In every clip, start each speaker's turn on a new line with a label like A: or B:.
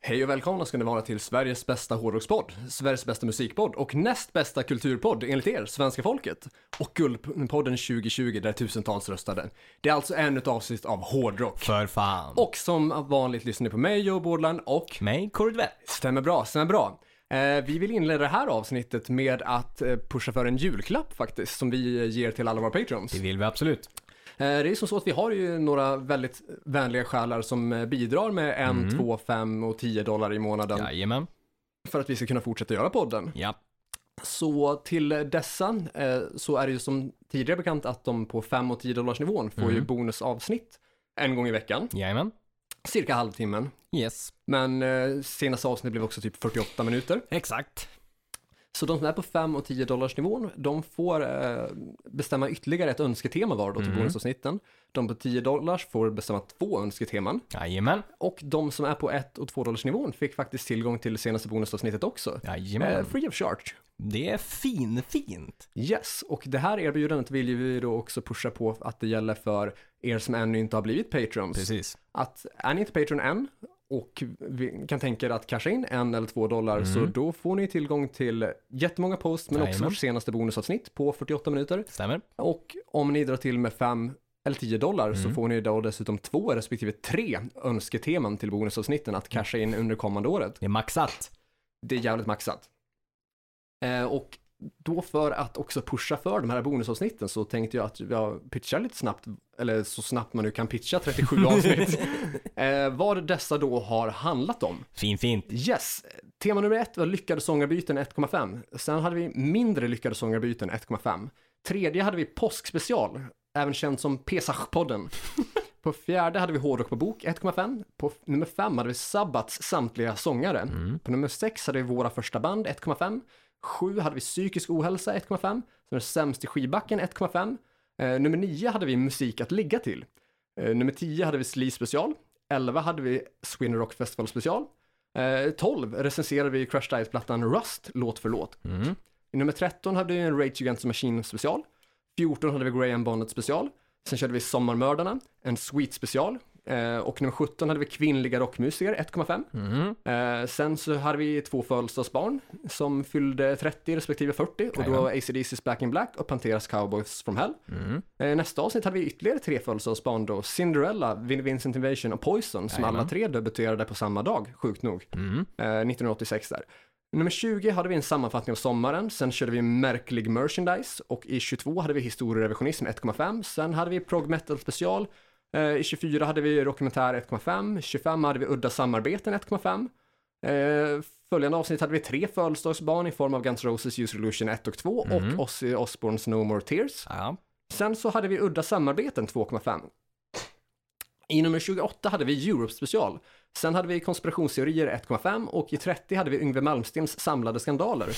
A: Hej och välkomna ska ni vara till Sveriges bästa hårdrockspodd, Sveriges bästa musikpodd och näst bästa kulturpodd enligt er, svenska folket. Och Guldpodden 2020 där tusentals röstade. Det är alltså ännu ett avsnitt av hårdrock.
B: För fan.
A: Och som vanligt lyssnar ni på mig, Joe Bordland och
B: mig, Kordvett.
A: Stämmer bra, stämmer bra. Eh, vi vill inleda det här avsnittet med att eh, pusha för en julklapp faktiskt, som vi eh, ger till alla våra patrons.
B: Det
A: Eh,
B: vill vi absolut.
A: det är som så att vi har ju några väldigt vänliga själar som eh, bidrar med en, två, fem och tio dollar i månaden
B: Jajamän.
A: för att vi ska kunna fortsätta göra podden.
B: Ja.
A: Så till dessa eh, så är det ju som tidigare bekant att de på 5 och 10 dollars nivån får ju bonusavsnitt en gång i veckan,
B: Jajamän.
A: cirka halvtimmen.
B: Yes.
A: Men eh, senaste avsnittet blev också typ 48 minuter.
B: Exakt.
A: Så de som är på 5 och 10 dollars nivån, de får eh, bestämma ytterligare ett önsketema var då till bonusavsnitten. De på 10 dollars får bestämma två önsketeman.
B: Jajamän.
A: Och de som är på 1 och 2 dollars nivån fick faktiskt tillgång till senaste bonusavsnittet också. Eh,
B: Jajamän.
A: free of charge.
B: Det är finfint.
A: Yes, och det här erbjudandet vill ju vi då också pusha på att det gäller för er som ännu inte har blivit patrons.
B: Precis.
A: Att är ni inte patron än och vi kan tänka er att casha in en eller två dollar så då får ni tillgång till jättemånga post men också
B: Mm. Jajamän.
A: vårt senaste bonusavsnitt på 48 minuter.
B: Stämmer.
A: Och om ni drar till med 5 eller 10 dollar
B: Mm.
A: så får ni då dessutom två respektive tre önsketeman till bonusavsnitten att
B: Mm.
A: casha in under kommande året.
B: Det är maxat.
A: Det är jävligt maxat. Eh, och då för att också pusha för de här bonusavsnitten så tänkte jag att jag pitchar lite snabbt, eller så snabbt man nu kan pitcha 37 avsnitt, eh, vad dessa då har handlat om.
B: Finfint.
A: Yes, tema nummer ett var lyckade sångarbyten 1,5. Sen hade vi mindre lyckade sångarbyten 1,5. Tredje hade vi påskspecial, även känd som Pesach-podden. På fjärde hade vi hårdrock på bok 1,5. På f- nummer fem hade vi Sabbats samtliga sångare. På nummer sex hade vi våra första band 1,5. Sju hade vi psykisk ohälsa 1,5. Sen är sämst i skibacken 1,5. Eh, nummer nio hade vi musik att ligga till. Eh, nummer 10 hade vi Slee special. 11 hade vi Sweden Rock Festival special. Eh, 12 recenserade vi Crash Diet-plattan Rust låt för låt. I Nummer 13 hade vi en Rage Against the Machine special. 14 hade vi Graham Bonnet special. Sen körde vi Sommarmördarna, en Sweet special. Eh, och nummer 17 hade vi Kvinnliga rockmusiker 1,5. Eh, sen så hade vi två födelsedagsbarn som fyllde 30 respektive 40 och då var ACDC's Back in Black och Panteras Cowboys from Hell. Eh, nästa avsnitt hade vi ytterligare tre födelsedagsbarn då, Cinderella, Vin- Vincent Invasion och Poison som alla tre debuterade på samma dag, sjukt nog,
B: Mm.
A: eh, 1986 där. Nummer 20 hade vi en sammanfattning av sommaren, sen körde vi märklig merchandise och i 22 hade vi historierevisionism 1,5, sen hade vi prog metal special, eh, i 24 hade vi dokumentär 1,5, 25 hade vi udda samarbeten 1,5, Eh, följande avsnitt hade vi tre födelsedagsbarn i form av Guns Roses Use Illusion 1 och 2 och Ozzy Osbournes No More Tears.
B: Ja.
A: Sen så hade vi Udda Samarbeten 2,5. I nummer 28 hade vi Europe special. Sen hade vi Konspirationsteorier 1,5 och i 30 hade vi Yngve Malmstens Samlade Skandaler.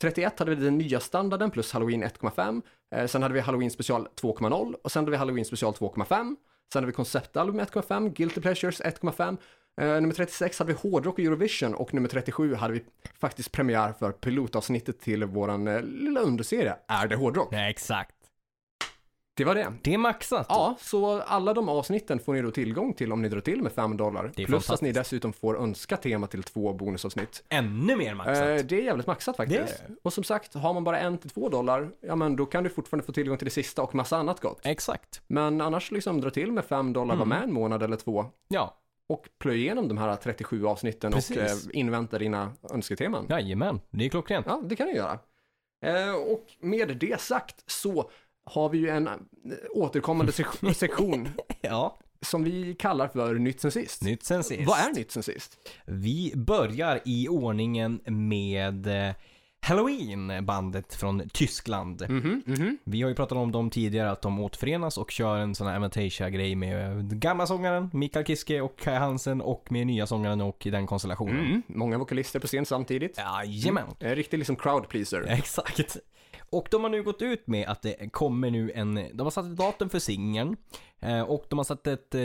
A: 31 hade vi Den Nya Standarden plus Halloween 1,5. Eh, sen hade vi Halloween special 2,0 och sen hade vi Halloween special 2,5. Sen hade vi konceptalbum 1,5, Guilty Pleasures 1,5. Eh, nummer 36 hade vi hårdrock och Eurovision och nummer 37 hade vi faktiskt premiär för pilotavsnittet till våran eh, lilla underserie Är det hårdrock?
B: Nej, exakt.
A: Det var det.
B: Det är maxat.
A: Ja, så alla de avsnitten får ni då tillgång till om ni drar till med 5 dollar.
B: Det
A: Plus
B: är
A: att
B: fantastiskt.
A: ni dessutom får önska tema till två bonusavsnitt.
B: Ännu mer
A: Eh,
B: maxat.
A: det är jävligt maxat faktiskt.
B: Det
A: Och som sagt, har man bara en till två dollar, ja men då kan du fortfarande få tillgång till det sista och massa annat gott.
B: Eh. Exakt.
A: Men annars liksom dra till med 5 dollar, var
B: Mm.
A: med en månad eller två
B: Ja.
A: och plöja igenom de här 37 avsnitten
B: Precis.
A: och eh, invänta dina önsketeman.
B: Jajamän. Det är klockrent.
A: Ja, det kan du göra. Eh, och med det sagt så har vi ju en eh, återkommande se- sektion
B: Ja.
A: som vi kallar för nytt sen sist.
B: Nytt sen sist.
A: Vad är nytt sen sist?
B: Vi börjar i ordningen med eh, Halloween, bandet från Tyskland.
A: Mhm,
B: Vi har ju pratat om dem tidigare, att de återförenas och kör en sån här Amateisha-grej med eh, gamla sångaren Mikael Kiske och Kai Hansen och med nya sångaren och i den konstellationen.
A: Mm. Många vokalister på scen samtidigt.
B: Jajamän.
A: En riktig liksom crowd pleaser.
B: Exakt. Och de har nu gått ut med att det kommer nu en... De har satt ett datum för singeln eh, och de har satt ett eh,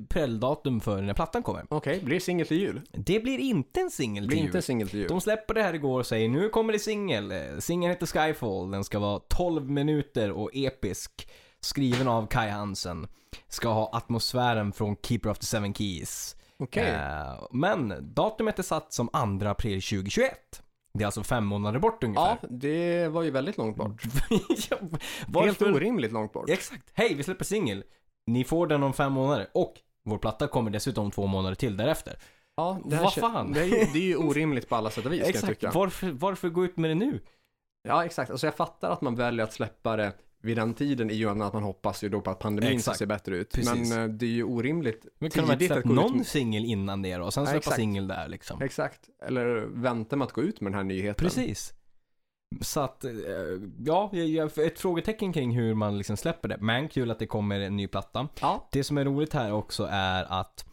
B: prelldatum för när plattan kommer.
A: Okej, blir singel till jul?
B: Det blir inte en singel
A: Blir
B: till
A: inte
B: jul.
A: en singel till jul?
B: Typ. De släpper det här igår och säger nu kommer det singel. Eh, Singeln heter Skyfall. Den ska vara 12 minuter och episk. Skriven av Kai Hansen. Ska ha atmosfären från Keeper of the Seven Keys.
A: Okej.
B: Eh, men datumet är satt som 2 april 2021. Det är alltså fem månader bort ungefär.
A: Ja, det var ju väldigt långt bort.
B: Ja, varför-
A: Helt orimligt långt bort.
B: Exakt. Hej, vi släpper singel. Ni får den om fem månader. Och vår platta kommer dessutom två månader till därefter.
A: Ja,
B: Vad
A: kän-
B: fan?
A: Det är, ju, det är ju orimligt på alla sätt och vis kan jag
B: Exakt.
A: tycka.
B: Varför, varför gå ut med det nu?
A: Ja, exakt. Alltså jag fattar att man väljer att släppa det vid den tiden i och med att man hoppas ju då på att pandemin ska
B: Exakt.
A: se bättre ut.
B: Precis.
A: Men eh, det är ju orimligt
B: Men kunde man inte
A: tidigt att
B: släppt
A: gå ut
B: någon
A: med-
B: singel innan det då? Och sen
A: Ja,
B: släppa
A: exakt.
B: singel där liksom.
A: Exakt. Eller vänta med att gå ut med den här nyheten.
B: Precis. Så att, eh, ja, jag- jag- ett frågetecken kring hur man liksom släpper det. Men kul att det kommer en ny platta.
A: Ja.
B: Det som är roligt här också är att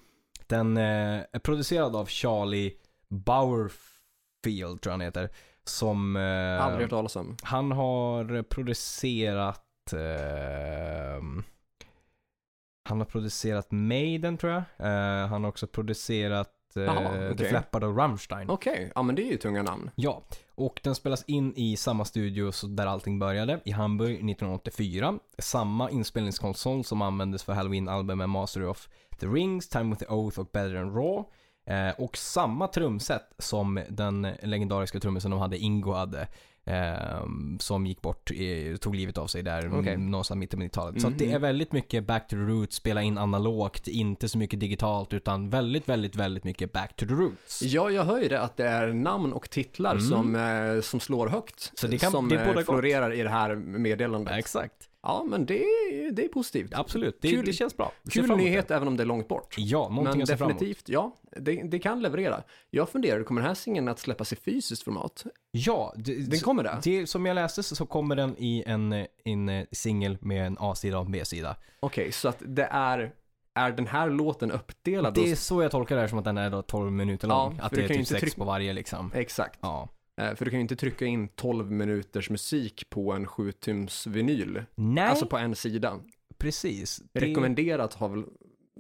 B: den eh, är producerad av Charlie Bauerfield, tror jag han heter. Som... eh,
A: Aldrig hört talas om.
B: Han har producerat... ehm, han har producerat Maiden tror jag. Eh, han har också producerat eh,
A: Jaha,
B: The
A: okej.
B: Flappard och Rammstein.
A: Okej, ja men det är ju tunga namn.
B: Ja, och den spelas in i samma studio så- där allting började, i Hamburg 1984. Samma inspelningskonsol som användes för Halloween-albumen Master of the Rings, Time with the Oath och Better than Raw. Eh, och samma trumset som den legendariska trummisen de hade, Ingo, hade. Eh, som gick bort, eh, tog livet av sig där
A: Okej.
B: mm, någonstans mitt i 90-talet. Så
A: Mm,
B: att det är
A: mm.
B: väldigt mycket back to the roots, spela in analogt, inte så mycket digitalt utan väldigt, väldigt, väldigt mycket back to the roots.
A: Ja, jag hör ju det att det är namn och titlar
B: Mm.
A: som, eh, som slår högt.
B: Så det kan-
A: som
B: det
A: eh,
B: bådar gott.
A: florerar i det här meddelandet.
B: Exakt.
A: Ja, men det, är- det är positivt.
B: Absolut, det,
A: Kul-
B: det känns bra. Vi ser
A: Kul
B: fram emot det.
A: nyhet även om det är långt bort.
B: Ja, någonting
A: Men
B: jag ser fram emot.
A: definitivt, ja, det, det kan leverera. Jag funderar, kommer den här singeln att släppas i fysiskt format?
B: Ja, det,
A: Den kommer det?
B: det, som jag läste så så kommer den i en, eh, en eh, singel med en A-sida och en B-sida.
A: Okej, så att det är, är den här låten uppdelad?
B: Det
A: och-
B: är så jag tolkar det här som att den är då 12 minuter lång.
A: Ja,
B: att
A: för
B: det
A: du kan ju
B: är typ
A: inte
B: sex
A: trycka-
B: på varje liksom.
A: Exakt,
B: Ja.
A: Eh, för du kan ju inte trycka in 12 minuters musik på en 7-tums vinyl.
B: Nej,
A: Alltså på en sida.
B: precis. Det-
A: Rekommenderat har väl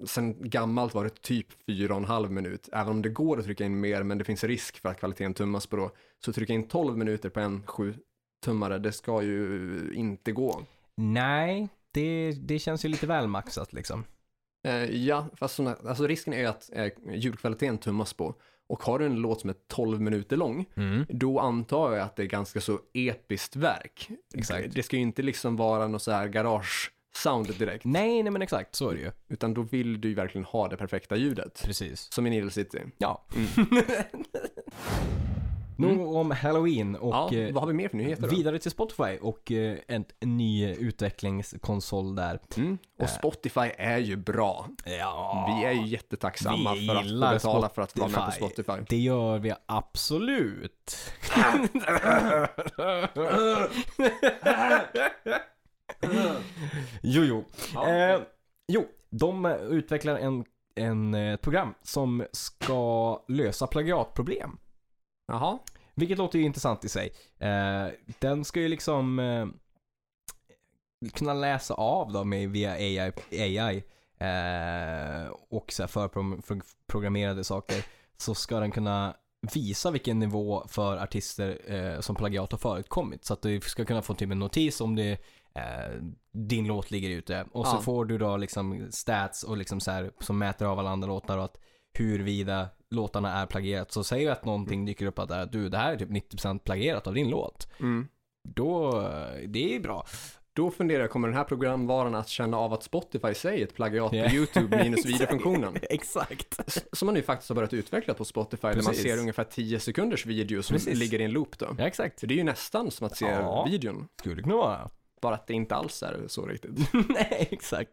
A: sen gammalt varit typ 4,5 minut. Även om det går att trycka in mer, men det finns risk för att kvaliteten tummas på då. Så trycka in 12 minuter på en 7-tummare, det ska ju inte gå.
B: Nej, det, det känns ju lite väl maxat liksom.
A: Eh, ja, fast såna, alltså risken är ju att eh, ljudkvaliteten tummas på. Och har du en låt som är 12 minuter lång,
B: Mm.
A: då antar jag att det är ganska så episkt verk.
B: Exakt.
A: Det, det ska ju inte liksom vara något så här garage-sound direkt,
B: Nej, nej men exakt, så är det ju.
A: utan då vill du ju verkligen ha det perfekta ljudet.
B: Precis.
A: Som i Needle City.
B: Ja. Mm. Nog om Halloween och...
A: ja,
B: eh,
A: vad har vi mer för nyheter då?
B: Vidare till Spotify och eh, en en ny eh, utvecklingskonsol där.
A: Mm. Och Spotify är ju bra.
B: Eh. Ja,
A: Vi är ju jättetacksamma
B: vi
A: för att få
B: gillar
A: betala för att vara med på
B: Spotify.
A: Spotify.
B: Det gör vi absolut. jo, jo. Eh, jo, de eh, utvecklar en, en, eh, ett program som ska lösa plagiatproblem.
A: Jaha,
B: Vilket låter ju intressant i sig. Eh, den ska ju liksom eh, kunna läsa av då med, via AI, AI eh, och så här förprogrammerade saker. Så ska den kunna visa vilken nivå för artister eh, som plagiat har förekommit. Så att du ska kunna få typ en notis om det eh, din låt ligger ute. Och så
A: Ja.
B: får du då liksom stats och liksom så här, som mäter av alla andra låtar och att huruvida låtarna är plagierat. Så säger vi att någonting dyker upp att det är, du, det här är typ 90% plagierat av din låt.
A: mm.
B: Då, eh, det är bra.
A: då funderar jag, kommer den här programvaran att känna av att Spotify säger ett plagiat på
B: Ja.
A: YouTube minus videofunktionen?
B: Exakt.
A: S- Som man ju faktiskt har börjat utveckla på Spotify, där man
B: Precis.
A: ser ungefär 10 sekunders video som
B: Precis.
A: ligger i en loop då.
B: Ja, exakt.
A: Så det är ju nästan som att se
B: Ja.
A: videon,
B: Skulle kunna vara.
A: bara att det inte alls är så riktigt.
B: Nej, exakt.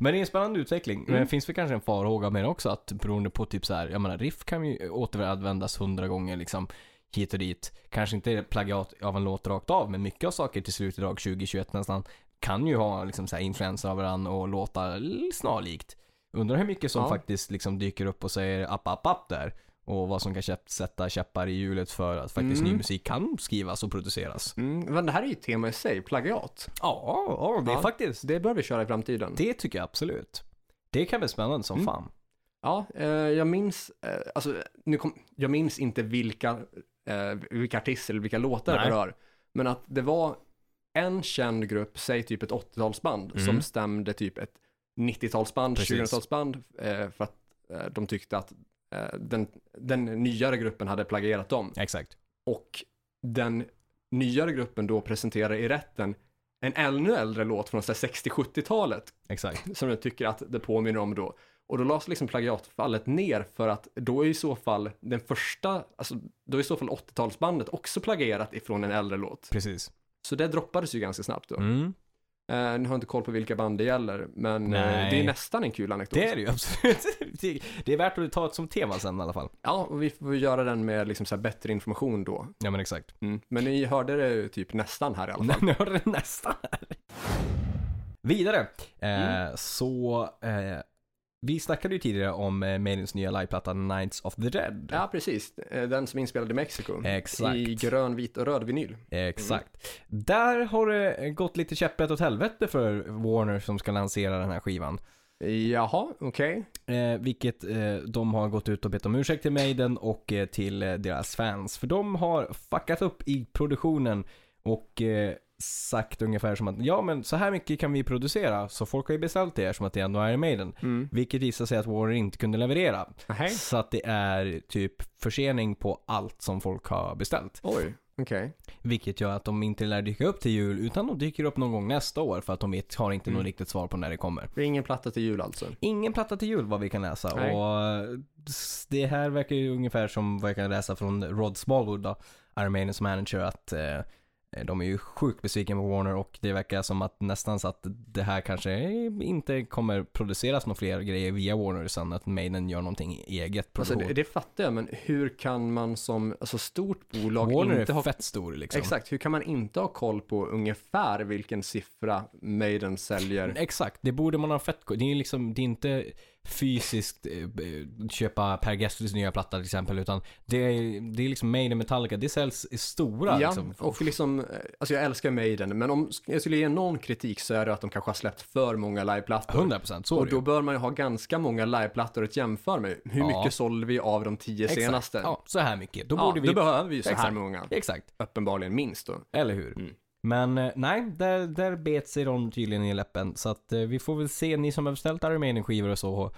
B: Men det är en spännande utveckling. Men
A: Mm.
B: det finns väl kanske en farhåga med det också att beroende på typ så här, jag menar riff kan ju återanvändas hundra gånger liksom hit och dit. Kanske inte är plagiat av en låt rakt av, men mycket av saker till slut idag 2021 nästan kan ju ha liksom så här influenser av varandra och låta l- snarlikt. Undrar hur mycket som
A: Ja.
B: faktiskt liksom dyker upp och säger app, app, app där. Och vad som kan käpp- sätta käppar i hjulet för att faktiskt
A: Mm.
B: ny musik kan skrivas och produceras.
A: Mm. Men det här är ju ett tema i sig, plagiat.
B: Ja, ja det är
A: Ja.
B: faktiskt.
A: Det bör vi köra i framtiden.
B: Det tycker jag absolut. Det kan bli spännande som
A: Mm.
B: fan.
A: Ja, eh, jag minns, eh, alltså, nu kom, jag minns inte vilka, eh, vilka artister eller vilka låtar
B: Nej.
A: det rör, men att det var en känd grupp, säg typ ett 80-talsband,
B: Mm.
A: som stämde typ ett 90-talsband,
B: Precis.
A: 2000-talsband eh, för att eh, de tyckte att eh, den, den nyare gruppen hade plagierat dem.
B: Exakt.
A: Och den nyare gruppen då presenterar i rätten en ännu äldre låt från så här 60-70-talet
B: Exakt.
A: som de tycker att det påminner om då. Och då lades liksom plagiatfallet ner för att då är i så fall den första, alltså då är i så fall 80-talsbandet också plagierat ifrån en äldre låt.
B: Precis.
A: Så det droppades ju ganska snabbt då.
B: Mm.
A: Eh, nu har jag inte koll på vilka band det gäller, men eh,
B: Nej.
A: det är nästan en kul anekdot.
B: Det är det ju absolut. Det- Det är värt att ta ett som tema sen i alla fall.
A: Ja, och vi får göra den med liksom så här bättre information då.
B: Ja men exakt.
A: Men ni hörde det ju typ nästan här i alla fall.
B: Nu har du nästa här. Vidare. Eh, Så eh, vi snackade ju tidigare om eh, Maidens nya liveplatta Nights of the Dead.
A: Ja, precis. Eh, Den som är inspelad i Mexiko.
B: Exakt.
A: I grön, vit och röd vinyl.
B: Mm. Exakt. Där har det gått lite käpprätt åt helvete för Warner som ska lansera den här skivan.
A: Jaha, okej.
B: Eh, vilket eh, de har gått ut och bett om ursäkt till Maiden och eh, till eh, deras fans. För de har fuckat upp i produktionen och eh, sagt ungefär som att ja men så här mycket kan vi producera så folk har ju beställt det som att det ändå är Maiden.
A: Mm.
B: Vilket visar sig att Warner inte kunde leverera.
A: Nej.
B: Så att det är typ försening på allt som folk har beställt.
A: Oj, okej.
B: Vilket gör att de inte lär dyka upp till jul utan de dyker upp någon gång nästa år för att de vet, har inte något riktigt svar på när det kommer.
A: Det är ingen platta till jul alltså.
B: Ingen platta till jul vad vi kan läsa
A: Nej.
B: och eh, s- det här verkar ju ungefär som vad jag kan läsa från Rod Smallwood då, Iron Maidens manager att eh, de är ju sjukt besviken på Warner och det verkar som att nästan så att det här kanske inte kommer produceras några fler grejer via Warner utan att Maiden gör någonting i eget
A: alltså
B: produktion.
A: det, det fattar jag, men hur kan man som alltså, stort bolag
B: Warner
A: inte
B: är
A: ha...
B: fett stor liksom.
A: Exakt, hur kan man inte ha koll på ungefär vilken siffra Maiden säljer?
B: Exakt, det borde man ha fett Det är ju liksom, det är inte fysiskt eh, b- köpa Per Gessles nya platta till exempel utan det är, det är liksom Maiden Metallica, det säljs i stora
A: Ja,
B: liksom.
A: och liksom, eh, alltså jag älskar Maiden, men om jag skulle ge någon kritik så är det att de kanske har släppt för många liveplattor.
B: 100% så är
A: Och
B: det ju.
A: då bör man ju ha ganska många liveplattor att jämföra med. Hur
B: Ja.
A: mycket sålde vi av de tio
B: Exakt.
A: senaste?
B: Ja, så här mycket. Då
A: Ja,
B: borde vi...
A: då behöver vi ju så här
B: Exakt.
A: många.
B: Exakt,
A: Uppenbarligen minst då.
B: eller hur?
A: Mm.
B: Men eh, nej, där, där bet sig de tydligen i läppen. Så att eh, vi får väl se, ni som har beställt Iron Maiden-skivor och så. och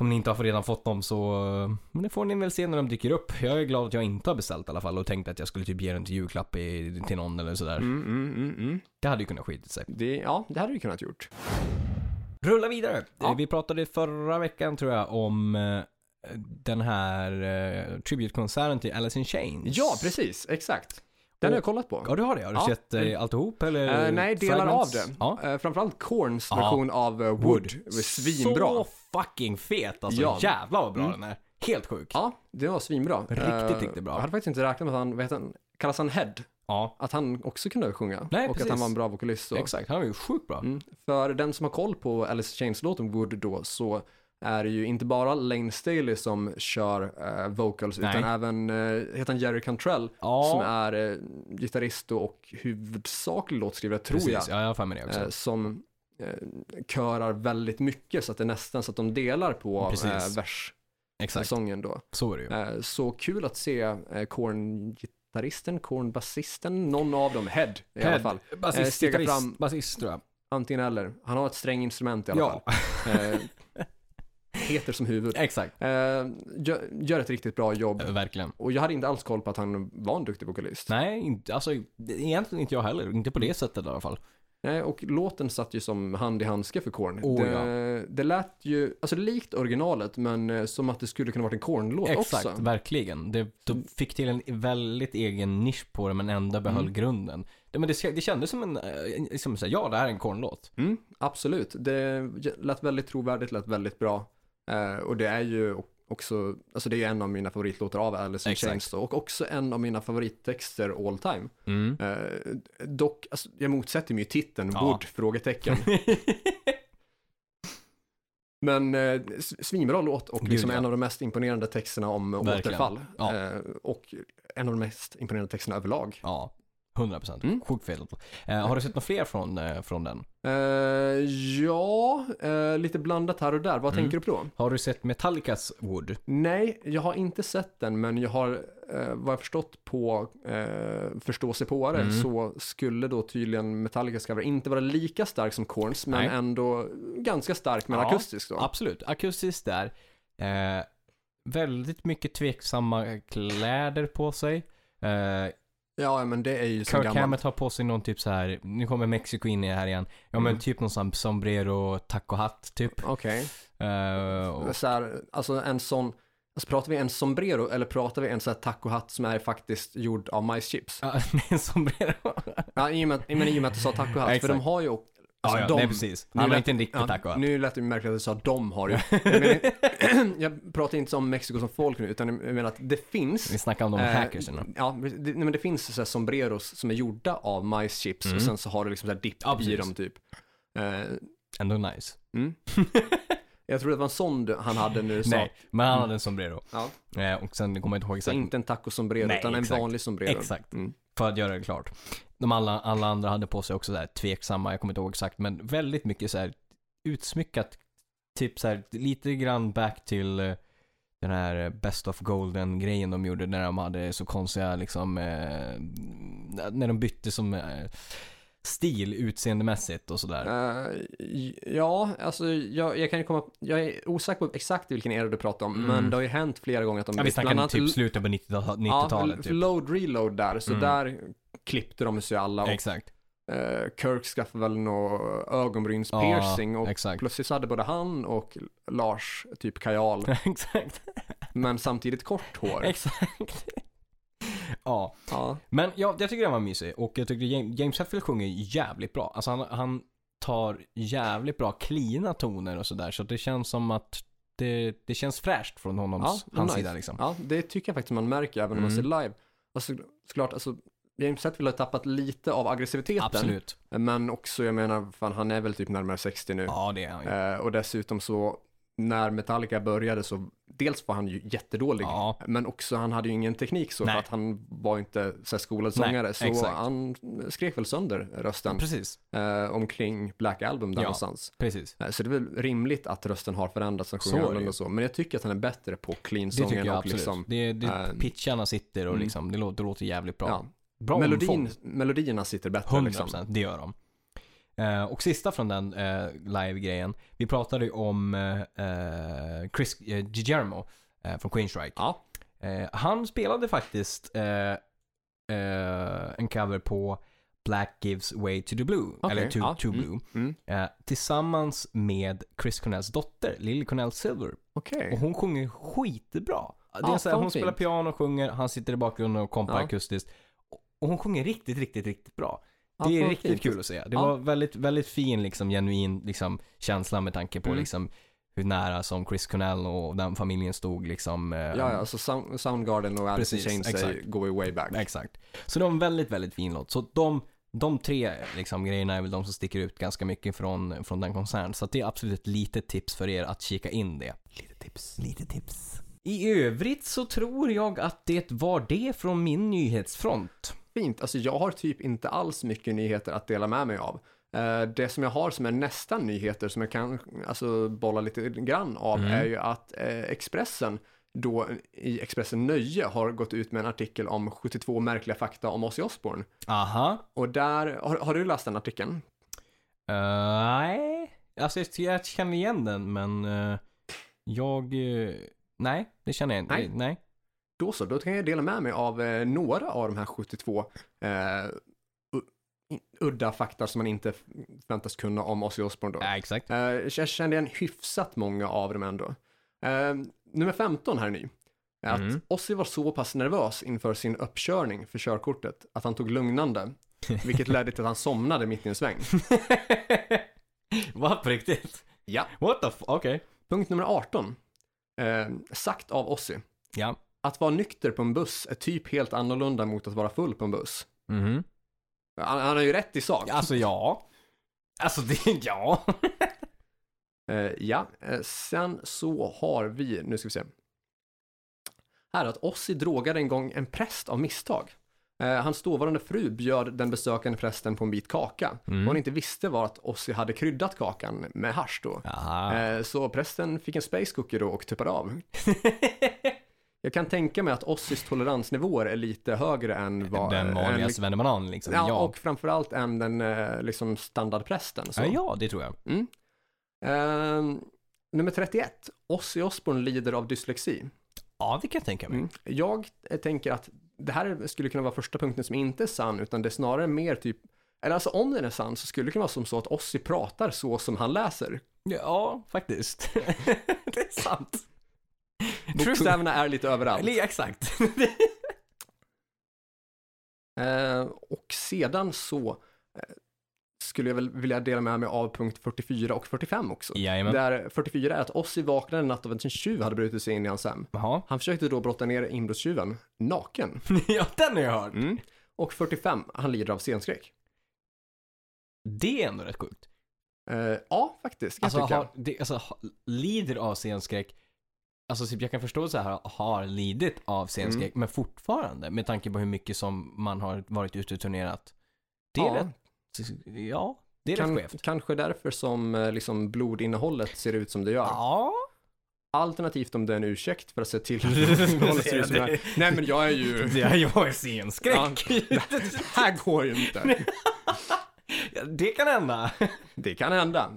B: Om ni inte har redan fått dem så, eh, men det får ni väl se när de dyker upp. Jag är glad att jag inte har beställt i alla fall och tänkte att jag skulle typ ge den till julklapp i, till någon eller sådär.
A: Mm, mm, mm, mm.
B: Det hade ju kunnat skita sig.
A: Det, ja, det hade vi kunnat gjort.
B: Rulla vidare!
A: Ja.
B: Eh, Vi pratade förra veckan tror jag om eh, den här eh, tributkonserten till Alice in Chains.
A: Ja, precis. Exakt. Den har jag kollat på.
B: Ja, du har det. Har du
A: Ja.
B: sett eh, alltihop eller?
A: Eh, nej, delar
B: fragments?
A: av det.
B: Ja.
A: Eh, framförallt Korns
B: Ja.
A: version av eh, Wood. Det var svinbra.
B: Så fucking fet alltså.
A: Ja. Mm.
B: Jävlar vad bra den är. Helt sjuk. Ja.
A: Ja, det var svinbra.
B: Riktigt,
A: Eh,
B: riktigt bra.
A: Jag hade faktiskt inte räknat med att han, vad heter han, kallas han Head? Att han också kunde sjunga.
B: Nej,
A: och
B: precis.
A: att han var en bra vokalist. Så.
B: exakt. Han är ju sjukt bra.
A: Mm. För den som har koll på Alice in Chains-låten Wood då så är det ju inte bara Lane Staley som kör eh, vocals
B: Nej.
A: utan även eh, heter han Jerry Cantrell
B: Ja.
A: som är eh, gitarrist då och huvudsaklig låtskrivare tror
B: Precis.
A: jag.
B: Ja, jag har för mig det också.
A: eh, som eh, körar väldigt mycket så att det är nästan så att de delar på
B: Precis.
A: eh, verssången
B: exakt.
A: då.
B: Så är det ju.
A: Eh, så kul att se eh, Korn-gitarristen, Korn-basisten, någon av dem, Head i alla fall. Eh,
B: Basist,
A: stega
B: gitarrist,
A: fram.
B: basist tror jag.
A: Antingen eller. Han har ett stränginstrument i alla
B: Ja,
A: fall. Eh, heter som huvud.
B: exakt.
A: Eh, gör, gör ett riktigt bra jobb.
B: Eh, Verkligen.
A: Och jag hade inte alls koll på att han var en duktig vokalist.
B: Nej, inte, alltså egentligen inte jag heller. Inte på
A: Mm.
B: det sättet i alla fall.
A: Nej, och låten satt ju som hand i handske för Korn.
B: Oh,
A: det, det lät ju, alltså likt originalet, men eh, som att det skulle kunna varit en Korn-låt
B: Exakt,
A: också. Mm.
B: verkligen. Det, de fick till en väldigt egen nisch på det men ändå behöll
A: Mm.
B: grunden. Det, men det, det kändes som en, eh, som så här, ja det här är en kornlåt.
A: Mm, absolut, det lät väldigt trovärdigt, lät väldigt bra. Eh, och det är ju också, alltså det är ju en av mina favoritlåtar av Alice in
B: Exakt.
A: Chains då, och också en av mina favorittexter all time.
B: Mm.
A: Eh, dock, alltså, jag motsätter mig ju titeln,
B: Ja.
A: Wood? Frågetecken. Men eh, s- svinbra låt och
B: Gud,
A: liksom
B: ja.
A: en av de mest imponerande texterna om eh,
B: Verkligen.
A: återfall.
B: Ja.
A: Eh, och en av de mest imponerande texterna överlag.
B: Ja, 100 procent.
A: Mm.
B: Sjukt fel. Eh, har du sett några fler från, eh, från den?
A: Eh, ja, eh, lite blandat här och där. Vad
B: Mm.
A: tänker du på då?
B: Har du sett Metallicas Wood?
A: Nej, jag har inte sett den, men jag har, eh, vad jag förstått på eh, förståsigpåare
B: Mm.
A: så skulle då tydligen Metallicas cover inte vara lika stark som Korns, men
B: Nej.
A: ändå ganska stark men
B: Ja.
A: akustisk då.
B: Absolut, akustiskt där. Eh, väldigt mycket tveksamma kläder på sig. Eh,
A: Ja, ja, men det är ju så
B: Kirk
A: gammalt.
B: Hammett har på sig någon typ så här. nu kommer Mexiko in i det här igen. Ja men
A: Mm.
B: typ någon sån här sombrero, tacohatt typ.
A: Okej.
B: Eh, och,
A: Så här, alltså en sån, alltså pratar vi en sombrero eller pratar vi en sån här tacohatt som är faktiskt gjord av majschips?
B: Ja, en sombrero.
A: Ja, i och med, men i och med att du sa tacohatt, för
B: Exakt.
A: de har ju också, alltså
B: ja, ja,
A: de,
B: nej precis.
A: nu
B: Han har
A: lät-
B: inte en riktig
A: ja,
B: tacohatt.
A: Nu lät det märkligt att du sa att de har ju. Jag, menar, jag pratar inte om Mexiko som folk nu, utan jag menar att det
B: Vi
A: finns
B: snackar om de
A: Eh,
B: hackerserna.
A: Ja, det, nej, men det finns så här sombreros som är gjorda av majschips och
B: Mm.
A: sen så har du liksom så här dipp
B: Ja,
A: i
B: precis.
A: dem typ. Eh,
B: Ändå nice.
A: mm. jag tror det var en sån du- han hade när du sa.
B: Nej, men han hade en sombrero.
A: Mm. Ja.
B: Eh, och sen kommer jag inte ihåg
A: Så
B: exakt.
A: inte en taco sombrero
B: Nej,
A: utan en
B: exakt.
A: vanlig sombrero.
B: Exakt.
A: Mm.
B: För att göra det klart. De alla, alla andra hade på sig också så här tveksamma, jag kommer inte ihåg exakt, men väldigt mycket så här utsmyckat. Typ så här lite grann back till eh, den här eh, Best of Golden grejen de gjorde när de hade så konstiga liksom, eh, när de bytte som eh, stil utseendemässigt och sådär.
A: Eh, ja, alltså jag, jag kan ju komma, jag är osäker på exakt vilken era du pratar om,
B: Mm.
A: men det har ju hänt flera gånger att de
B: Ja, vi snackar typ slutet på 90-talet. 90-talet
A: ja,
B: typ.
A: load reload där, så
B: Mm.
A: där klippte de sig alla och
B: Exakt.
A: eh, Kirk skaffade väl nå ögonbrynspiercing och
B: Exakt.
A: plötsligt så hade både han och Lars typ kajal,
B: exakt.
A: men samtidigt kort hår.
B: Exakt. ja.
A: Ja,
B: Men ja, jag tycker den var mysig och jag tycker James, James Hetfield sjunger jävligt bra. Alltså han, han tar jävligt bra cleana toner och sådär så att det känns som att det, det känns fräscht från honom,
A: Ja,
B: hans
A: nice.
B: sida liksom.
A: ja, det tycker jag faktiskt man märker även när man
B: Mm.
A: ser live. Alltså, såklart, alltså, James Hetfield har tappat lite av aggressiviteten.
B: Absolut.
A: Men också, jag menar, fan, han är väl typ närmare 60 nu.
B: Ja, det är han ju.
A: Eh, och dessutom så, när Metallica började så, dels var han ju jättedålig.
B: Ja,
A: Men också, han hade ju ingen teknik så,
B: Nej.
A: för att han var inte så här, skolad
B: Nej,
A: sångare. Så
B: exakt.
A: han skrek väl sönder rösten
B: precis.
A: eh, omkring Black Album där
B: Ja.
A: någonstans.
B: Precis.
A: Eh, Så det är väl rimligt att rösten har förändrats, han
B: Så
A: sjunger
B: är det
A: annorlunda
B: ju.
A: och så. Men jag tycker att han är bättre på
B: Det tycker
A: clean-sången
B: jag
A: och
B: absolut.
A: liksom,
B: det, det,
A: eh,
B: pitcharna sitter och
A: mm.
B: liksom, det låter, det låter jävligt bra.
A: ja,
B: Bra
A: melodin,
B: omfång.
A: melodierna sitter bättre
B: 100%
A: liksom.
B: det gör de. Eh, och sista från den eh, live-grejen. Vi pratade ju om eh, eh, Chris eh, Gigermo eh, från Queenstrike.
A: Ja.
B: Eh, han spelade faktiskt eh, eh, en cover på Black Gives Way to the Blue,
A: Okej,
B: eller to,
A: ja,
B: to
A: mm,
B: Blue,
A: mm.
B: eh, tillsammans med Chris Cornells dotter, Lily Cornell Silver.
A: Okej.
B: Och hon sjunger skitbra. Det är
A: Ja,
B: så här,
A: fan
B: hon spelar
A: fint.
B: piano och sjunger, han sitter i bakgrunden och kompar
A: Ja.
B: akustiskt. Och hon sjunger riktigt, riktigt, riktigt bra.
A: Ja,
B: Det är
A: fan
B: riktigt
A: fint.
B: kul att se. Det
A: Ja.
B: var väldigt, väldigt fin, liksom, genuin liksom, känsla med tanke på
A: Mm.
B: liksom, hur nära som Chris Cornell och den familjen stod. Liksom, eh,
A: Ja, ja, alltså Sound- Soundgarden och Alice in
B: Precis,
A: Chains är-
B: exakt.
A: går ju way back.
B: Exakt. Så det var en väldigt, väldigt fin låt. Så de, de tre liksom, grejerna är väl de som sticker ut ganska mycket från, från den konserten. Så att det är absolut ett litet tips för er att kika in det. Lite tips. Lite tips. I övrigt så tror jag att det var det från min nyhetsfront.
A: Fint, alltså jag har typ inte alls mycket nyheter att dela med mig av. Eh, Det som jag har som är nästan nyheter som jag kan alltså, bolla lite grann av
B: Mm.
A: är ju att eh, Expressen då i Expressen Nöje har gått ut med en artikel om 72 märkliga fakta om Ozzy Osbourne.
B: Aha.
A: Och där, har, har du läst den artikeln?
B: Eh, Nej. alltså jag, jag känner igen den men eh, jag... eh, nej, det känner jag inte.
A: Nej.
B: nej.
A: Då så, då kan jag dela med mig av eh, några av de här 72 eh, u- i- udda fakta som man inte f- väntas kunna om Ozzy Osbourne då.
B: Ja, exakt.
A: Eh, jag kände igen hyfsat många av dem ändå. Eh, nummer 15 här är ny. Att
B: Mm.
A: Ozzy var så pass nervös inför sin uppkörning för körkortet att han tog lugnande, vilket ledde till att han somnade mitt i en sväng.
B: Vad på riktigt?
A: Ja.
B: What the f... Okej.
A: Punkt nummer 18. Eh, sagt av Ozzy.
B: Ja.
A: Att vara nykter på en buss är typ helt annorlunda mot att vara full på en buss.
B: Mhm.
A: Han, han har ju rätt i sak.
B: Alltså ja. Alltså det, ja.
A: Eh, ja, eh, sen så har vi, nu ska vi se. Här att Ossi drogade en gång en präst av misstag. Eh, hans dåvarande fru bjöd den besökande prästen på en bit kaka. Vad hon inte visste var att Ossi hade kryddat kakan med hasch då.
B: Aha.
A: Eh, så prästen fick en space cookie då och tuppade av. Jag kan tänka mig att Ossis toleransnivåer är lite högre än vad...
B: Den
A: än-
B: vanliga svennebanan liksom.
A: Ja,
B: Ja. Ja,
A: och framförallt än den eh, liksom standardprästen. Så.
B: ja, det tror jag.
A: Ehm, Nummer 31. Ozzy Osbourne lider av dyslexi.
B: Ja, det kan jag tänka mig.
A: Mm. Jag eh, tänker att det här skulle kunna vara första punkten som inte är sann, utan det är snarare mer typ, eller alltså om den är sann så skulle det kunna vara som så att Ozzy pratar så som han läser.
B: Ja, faktiskt. det är sant.
A: Bokstäverna är lite överallt.
B: Eller, Exakt.
A: Eh, och sedan så eh, skulle jag väl vilja dela med mig av punkt 44 och 45 också.
B: Jajamän.
A: Där 44 är att Ozzy vaknade en natt av att en tjuv hade brutit sig in i hans hem.
B: Jaha.
A: Han försökte då brotta ner inbrottstjuven, naken.
B: ja, den har jag
A: Mm.
B: hört.
A: Och 45, han lider av scenskräck.
B: Det är ändå rätt sjukt.
A: Eh, ja, faktiskt. Kan
B: Alltså,
A: jag tycka.
B: har, det, alltså ha, lider av scenskräck. Alltså typ, jag kan förstå så här, har lidit av scenskräck,
A: Mm.
B: men fortfarande med tanke på hur mycket som man har varit ute och turnerat. Det är
A: Ja.
B: rätt, ja, det är rätt
A: Kan,
B: skevt.
A: kanske därför som eh, liksom, blodinnehållet ser ut som det gör.
B: Ja,
A: Alternativt om det är en ursäkt för att se till att blodinnehållet ser ut som det gör. Nej men jag är ju...
B: det är jag är scenskräck.
A: Det här går ju inte.
B: det kan hända.
A: Det kan hända.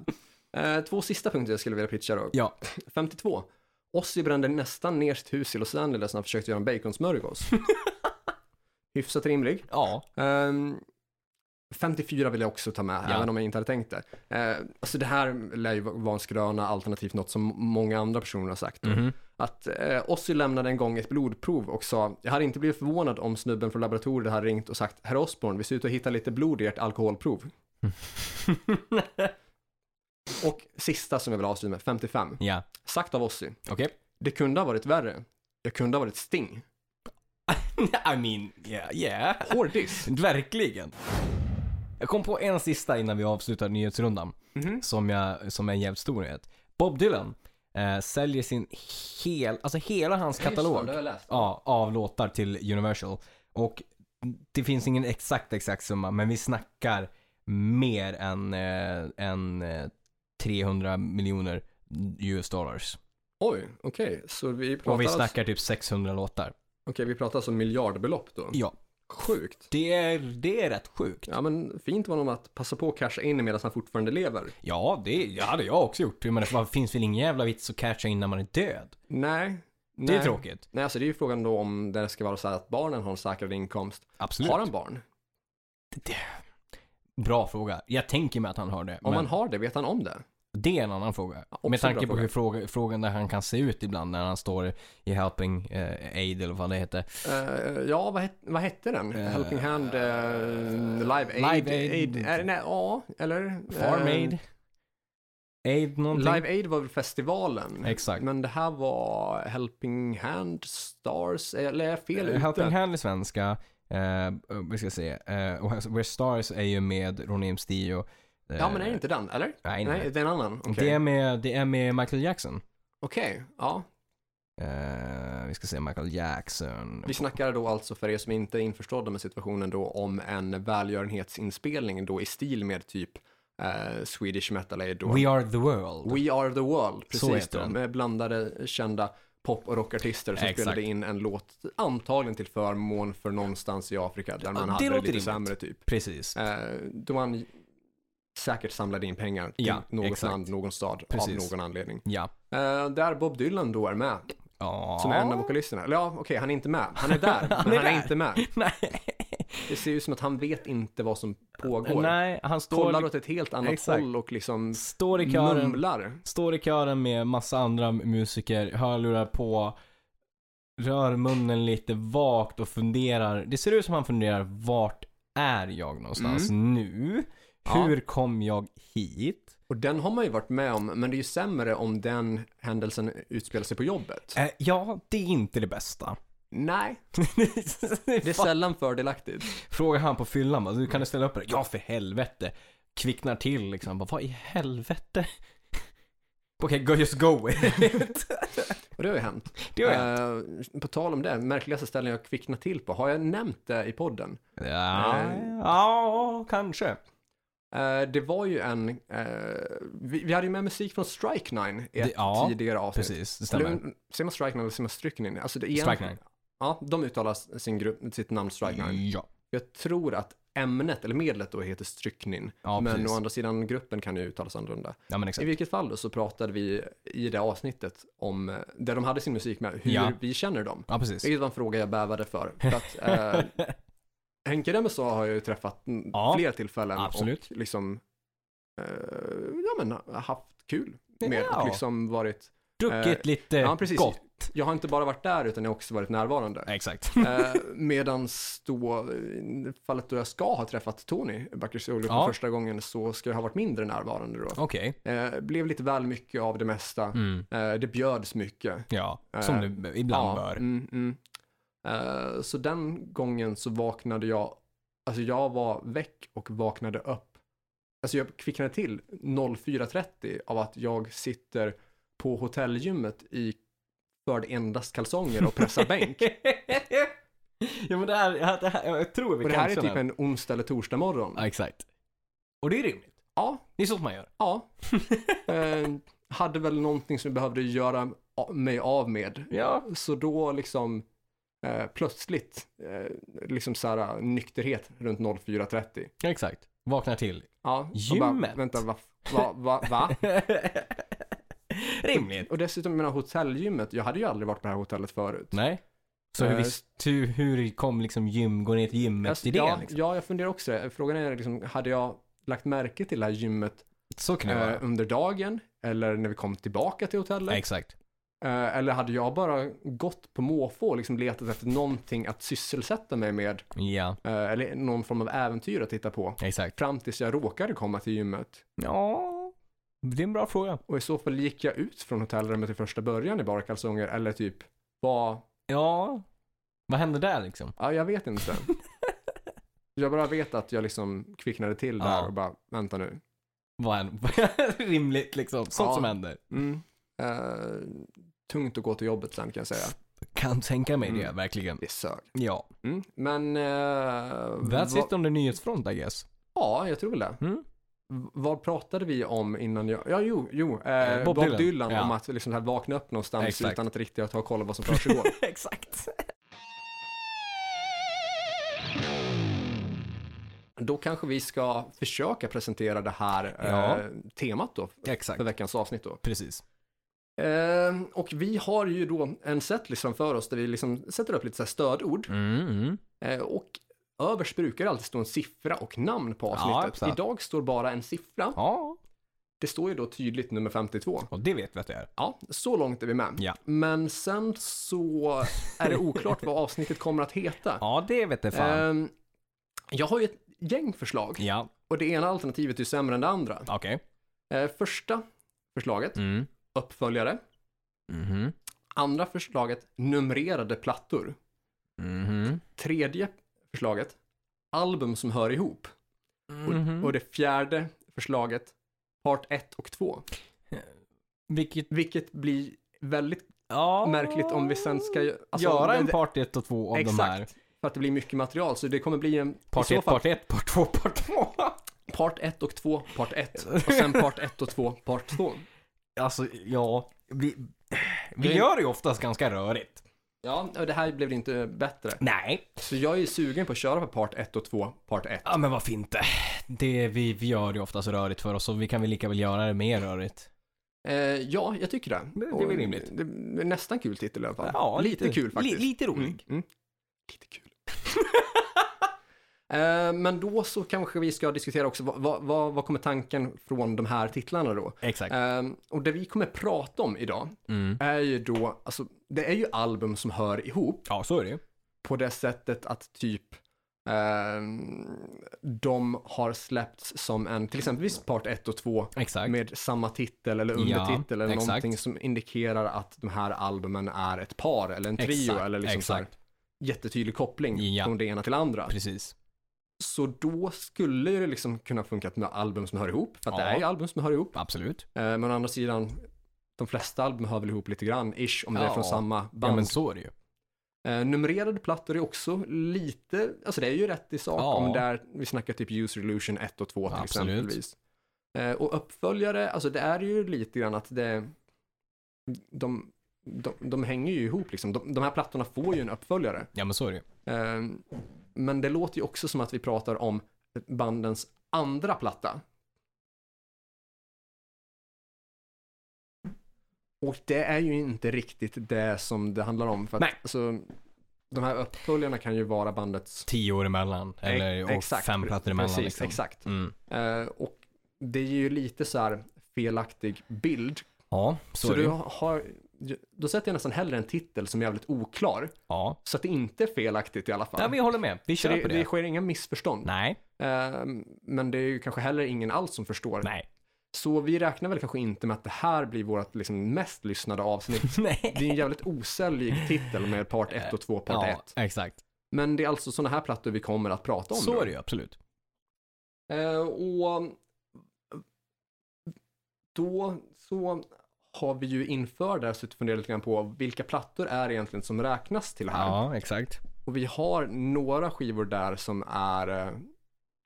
A: Eh, två sista punkter jag skulle vilja pitcha då.
B: Ja.
A: 52. Ozzy brände nästan ner sitt hus i Los Angeles när han försökte göra en baconsmörgås. Hyfsat rimlig.
B: Ja.
A: Ehm, 54 vill jag också ta med,
B: Ja.
A: även om jag inte hade tänkt det. Eh, alltså det här lär ju vara en skröna, alternativt något som många andra personer har sagt.
B: Mhm.
A: då. Att eh, Ozzy lämnade en gång ett blodprov och sa, jag hade inte blivit förvånad om snubben från laboratoriet hade ringt och sagt, herr Osborn, vi ser ut att hitta lite blod i ert alkoholprov. Och sista som jag vill avsluta med, 55.
B: ja,
A: Sagt av Ozzy,
B: okej.
A: det kunde ha varit värre. Jag kunde ha varit Sting.
B: I mean, yeah, yeah.
A: Hårdis.
B: Verkligen. Jag kom på en sista innan vi avslutar nyhetsrundan.
A: Mhm.
B: Som, jag, som är en jävligt stor nyhet. Bob Dylan eh, säljer sin hel, alltså hela hans katalog ja, av låtar till Universal. Och det finns ingen exakt exakt summa, men vi snackar mer än, eh, än eh, 300 miljoner US dollars.
A: Oj, okej. Så vi pratar,
B: Och vi
A: alltså-
B: snackar typ 600 låtar.
A: okej, vi pratar alltså miljardbelopp då.
B: Ja,
A: Sjukt.
B: det är, det är rätt sjukt.
A: Ja, men fint var nog att passa på att casha in medan han fortfarande lever.
B: Ja, det hade jag också gjort. Men det finns väl ingen jävla vits att catcha innan man är död.
A: Nej.
B: Det
A: nej.
B: är tråkigt.
A: Nej, alltså det är ju frågan då om det ska vara så här att barnen har en säkrad inkomst.
B: Absolut.
A: Har han barn?
B: Bra fråga. Jag tänker mig att han har det.
A: Om
B: men
A: han har det, vet han om det?
B: Det är en annan fråga.
A: också
B: Med tanke
A: bra
B: på hur fråga, frågan där han kan se ut ibland när han står i Helping eh, Aid eller vad det heter.
A: Eh, ja, vad, het, vad hette den?
B: Eh,
A: Helping Hand, eh, Live Aid?
B: Live Aid.
A: eh, nej, ja, eller?
B: Farm
A: eh,
B: Aid? Aid någonting?
A: Live Aid var väl festivalen?
B: Exakt.
A: Men det här var Helping Hand, Stars, eller är jag fel
B: Eh,
A: ute?
B: Helping Hand är svenska. Eh, vi ska se. Eh, och Where Stars är ju med Ronny M. Stio. Eh,
A: Ja, men är det inte den, eller?
B: Nej, nej.
A: Nej, det är en annan. Okej,
B: Det, är med, det är med Michael Jackson.
A: Okej, ja.
B: Eh, vi ska se Michael Jackson.
A: Vi snackar då alltså för er som inte är införstådda med situationen då om en välgörenhetsinspelning då i stil med typ eh, Swedish Metal Aid då.
B: We are the world.
A: We Are The World,
B: Så
A: precis
B: heter
A: då,
B: den.
A: med blandade kända pop och rockartister som
B: Exakt.
A: spelade in en låt antagligen till förmån för någonstans i Afrika där man
B: det
A: hade det
B: låter
A: lite
B: rimligt.
A: sämre typ.
B: Precis.
A: Eh, då man säkert samlade in pengar till
B: Ja,
A: något
B: exakt.
A: land, någon stad
B: Precis.
A: av någon anledning.
B: Ja.
A: Eh, där Bob Dylan då är med,
B: Ja.
A: som är en av vokalisterna. Eller ja, okej, han är inte med. Han är där, men
B: är
A: han
B: där.
A: är inte med.
B: Nej.
A: Det ser ut som att han vet inte vad som pågår.
B: Nej, han
A: Kollar
B: står,
A: åt ett helt annat
B: Exakt.
A: håll och liksom
B: står i kören.
A: mumlar.
B: Står i kören med massa andra musiker, hörlurar på, rör munnen lite vagt och funderar. Det ser ut som han funderar, vart är jag någonstans nu?
A: Ja.
B: Hur kom jag hit?
A: Och den har man ju varit med om, men det är ju sämre om den händelsen utspelar sig på jobbet.
B: Eh, ja, det är inte det bästa.
A: Nej, det är
B: Fan.
A: sällan fördelaktigt.
B: Frågar han på fyllan bara, du kan du ställa upp det? Ja för helvete. Kvicknar till liksom, bara, vad i helvete? Okej, go, just go with it.
A: Och det har ju hänt.
B: Det gör jag.
A: Eh, på tal om det, märkligaste ställen jag kvicknat till på, har jag nämnt det i podden?
B: Ja,
A: eh.
B: ja, kanske.
A: Eh, det var ju en, eh, vi, vi hade ju med musik från Strike Nine i ett
B: Det- ja,
A: tidigare avsnitt.
B: Precis, det stämmer.
A: Eller, mm, Säger man Strike Nine eller säger man Stryk Nine? Alltså det är
B: Strike Nine.
A: Ja, de uttalar sin grupp, sitt namn Strike Nine.
B: Ja.
A: Jag tror att ämnet eller medlet då heter stryknin.
B: Ja,
A: men
B: precis.
A: å andra sidan gruppen kan ju uttalas annorlunda.
B: Ja, men
A: I
B: exakt.
A: vilket fall då så pratade vi i det avsnittet om eh, där de hade sin musik med, hur
B: Ja.
A: vi känner dem.
B: Ja, precis.
A: Vilket var en fråga jag bävade för. för att, eh, Henke Remmestad har jag ju träffat mm,
B: Ja,
A: fler tillfällen
B: absolut.
A: och liksom eh, ja, men, ha- haft kul med
B: Ja.
A: och liksom varit,
B: Druckit
A: eh,
B: lite
A: ja, precis.
B: gott.
A: jag har inte bara varit där utan jag har också varit närvarande.
B: Exakt.
A: Eh, medans då, i fallet då jag ska ha träffat Tony Bacchus-Olof
B: Ja.
A: för första gången så ska jag ha varit mindre närvarande då.
B: Okej.
A: Eh, blev lite väl mycket av det mesta.
B: Mm.
A: Eh, det bjöds mycket.
B: Ja, som
A: Eh,
B: du b- ibland bör.
A: Mm, mm. Eh, så den gången så vaknade jag, alltså jag var väck och vaknade upp. Alltså jag kvicknade till 04.30 av att jag sitter på hotellgymmet i förd endast kalsonger och pressar bänk.
B: ja, men det här, det här, jag tror vi
A: Och det
B: kan
A: här är
B: känna-
A: typ en onsdag eller torsdag morgon.
B: Ja, exakt. Och det är rimligt.
A: Ja,
B: Det är sånt man gör.
A: ja. Eh, hade väl någonting som jag behövde göra a- mig av med.
B: Ja.
A: Så då liksom eh, plötsligt eh, liksom så här nykterhet runt 04.30.
B: Exakt. Vaknar till.
A: Ja, och bara,
B: Gymmet?
A: vänta, va, va, va, va?
B: rimligt.
A: Och dessutom, jag menar hotellgymmet, jag hade ju aldrig varit på det här hotellet förut.
B: Nej. Så hur,
A: Eh,
B: visst, hur, hur kom liksom gym, går ner till gymmet
A: Alltså,
B: i det?
A: ja,
B: liksom?
A: ja, jag funderar också det. Frågan är liksom, hade jag lagt märke till det här gymmet
B: Så kan det
A: eh,
B: vara.
A: under dagen? Eller när vi kom tillbaka till hotellet?
B: Exakt.
A: Eh, eller hade jag bara gått på måfå och liksom letat efter någonting att sysselsätta mig med?
B: Ja,
A: eh, eller någon form av äventyr att titta på?
B: exakt.
A: Fram tills jag råkade komma till gymmet.
B: Ja, det är en bra fråga.
A: Och i så fall gick jag ut från hotellrummet i första början i bara kalsonger eller typ var,
B: Ja. Vad hände där liksom?
A: ja jag vet inte. jag bara vet att jag liksom kvicknade till där
B: Ja.
A: och bara, vänta nu.
B: Vad en, rimligt liksom. Sånt
A: Ja.
B: som händer.
A: Mm. Eh, tungt att gå till jobbet sen kan jag säga.
B: Kan tänka mig det,
A: Mm.
B: verkligen.
A: Det sög.
B: Ja.
A: Mm. Men... eh,
B: That's
A: vad-
B: it on the nyhetsfront I guess.
A: Ja, jag tror väl det.
B: Mm.
A: V- Vad pratade vi om innan jag... Ja, jo, jo. Eh,
B: Bob
A: Bob, Dylan,
B: Dylan. Ja.
A: om att liksom så här vakna upp någonstans
B: Exakt.
A: utan att riktigt ha koll på vad som försiggår.
B: Exakt.
A: Då kanske vi ska försöka presentera det här
B: Ja.
A: eh, temat då för
B: Exakt.
A: veckans avsnitt då.
B: Precis.
A: Eh, och vi har ju då en setlist framför oss där vi liksom sätter upp lite så här stödord.
B: Mm, mm.
A: Eh, och överst brukar det alltid stå en siffra och namn på
B: Ja,
A: avsnittet.
B: exakt.
A: Idag står bara en siffra.
B: Ja,
A: Det står ju då tydligt nummer 52.
B: och det vet vi att det är.
A: Ja, så långt är vi med.
B: Ja.
A: Men sen så är det oklart vad avsnittet kommer att heta.
B: Ja, det vet det fan.
A: Ehm, jag har ju ett gäng förslag
B: Eh. ja,
A: och det ena alternativet är ju sämre än det andra.
B: okej.
A: Eh, första förslaget,
B: Mm.
A: uppföljare.
B: Mhm.
A: Andra förslaget, numrerade plattor.
B: Mhm.
A: Tredje förslaget, album som hör ihop.
B: Mhm. Mm-hmm.
A: Och, och det fjärde förslaget, part 1 och 2.
B: Vilket...
A: Vilket blir väldigt
B: Ja.
A: märkligt om vi sen ska... alltså,
B: göra
A: det-
B: en part 1 och 2 av
A: Exakt.
B: de här.
A: För att det blir mycket material, så det kommer bli en...
B: Part
A: i så
B: 1,
A: fall-
B: part 1, part 2, part 2.
A: Part 1 och 2, part 1. Och sen part 1 och 2, part 2.
B: Alltså, ja. Vi, vi
A: Det-
B: gör det ju oftast ganska rörigt.
A: Ja, och det här blev det inte bättre.
B: Nej.
A: Så jag är sugen på att köra på part 1 och 2, part 1.
B: Ja, men varför inte? Det, vi, vi gör det ju oftast rörigt för oss och vi kan väl lika väl göra det mer rörigt.
A: Eh, ja, jag tycker det.
B: Det- det är
A: Och
B: väl rimligt.
A: Det är nästan kul titel i alla fall. lite, kul faktiskt.
B: Li, lite rolig.
A: Mm, mm. Lite kul. Eh, Men då så kanske vi ska diskutera också, vad, vad- vad, vad kommer tanken från de här titlarna då?
B: Exakt.
A: Eh, Och det vi kommer prata om idag
B: Mm.
A: är ju då, alltså det är ju album som hör ihop.
B: Ja, så är det ju.
A: på det sättet att typ eh, de har släppts som en, till exempelvis part 1 och 2
B: Exakt.
A: med samma titel eller
B: Ja,
A: undertitel eller
B: exakt.
A: någonting som indikerar att de här albumen är ett par eller en trio
B: Exakt,
A: eller liksom så här
B: exakt.
A: jättetydlig koppling
B: Ja.
A: från det ena till det andra.
B: Precis.
A: Så då skulle det liksom kunna funka med album som hör ihop, för att det
B: Ja.
A: är ju album som hör ihop.
B: Absolut.
A: Eh, men å andra sidan, de flesta album hör väl ihop lite grann, ish, om det är
B: Ja.
A: från samma
B: Ja,
A: band.
B: men så är det ju.
A: Eh, numrerade plattor är också lite, alltså det är ju rätt i sak
B: Ja.
A: om där vi snackar typ User Illusion 1 och 2 till
B: Absolut.
A: exempelvis. Eh, och uppföljare, alltså det är ju lite grann att det, de, de, de hänger ju ihop liksom. De, de här plattorna får ju en uppföljare.
B: Ja, men så är det ju.
A: Eh, Men det låter ju också som att vi pratar om bandens andra platta. Och det är ju inte riktigt det som det handlar om. För att,
B: Nej.
A: Alltså, de här uppföljarna kan ju vara bandets...
B: Tio år emellan, eller och
A: Exakt,
B: fem plattor emellan.
A: Precis,
B: liksom.
A: exakt.
B: Mm.
A: Eh, och det är ju lite så här felaktig bild.
B: Ja,
A: Så,
B: så, är det
A: du
B: ju.
A: har, då sätter jag nästan hellre en titel som är jävligt oklar.
B: Ja.
A: Så att det inte är felaktigt i alla fall.
B: ja, vi håller med. Vi
A: så
B: kör
A: det,
B: på det.
A: det sker inga missförstånd.
B: Nej,
A: Eh, men det är ju kanske heller ingen alls som förstår.
B: nej,
A: Så vi räknar väl kanske inte med att det här blir vårt liksom, mest lyssnade avsnitt.
B: nej.
A: Det är en jävligt osäljig titel med part 1 och 2 part 1.
B: Ja, exakt.
A: Men det är alltså sådana här plattor vi kommer att prata om.
B: Så
A: då.
B: är det ju, absolut.
A: Eh, och då så har vi ju inför det här suttit och funderat lite grann på vilka plattor är det egentligen som räknas till här.
B: Ja, exakt.
A: Och vi har några skivor där som är, eh,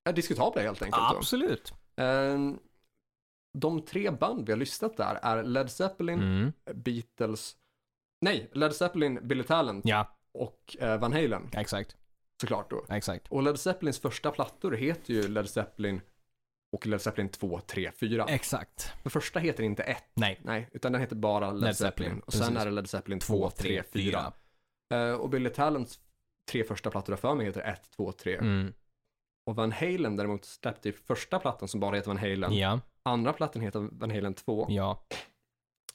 A: är diskutabla helt enkelt. då.
B: Absolut.
A: Eh, de tre band vi har listat där är Led Zeppelin,
B: Mm.
A: Beatles, nej, Led Zeppelin, Billy Talent
B: Ja,
A: och eh, Van Halen
B: exakt.
A: såklart då.
B: Exakt.
A: Och Led Zeppelins första plattor heter ju Led Zeppelin och Led Zeppelin 2, 3, 4.
B: Exakt.
A: Den första heter inte 1,
B: Nej.
A: nej, utan den heter bara Led,
B: Led
A: Zeppelin.
B: Zeppelin,
A: Och sen
B: precis.
A: är det Led Zeppelin 2,
B: Två,
A: 3,
B: tre,
A: 4.
B: fyra.
A: Eh, och Billy Talents tre första plattor jag för mig heter 1, 2, 3.
B: Mm.
A: Och Van Halen däremot släppte ju första plattan som bara heter Van Halen.
B: Ja,
A: Andra plattan heter Van Halen 2.
B: ja,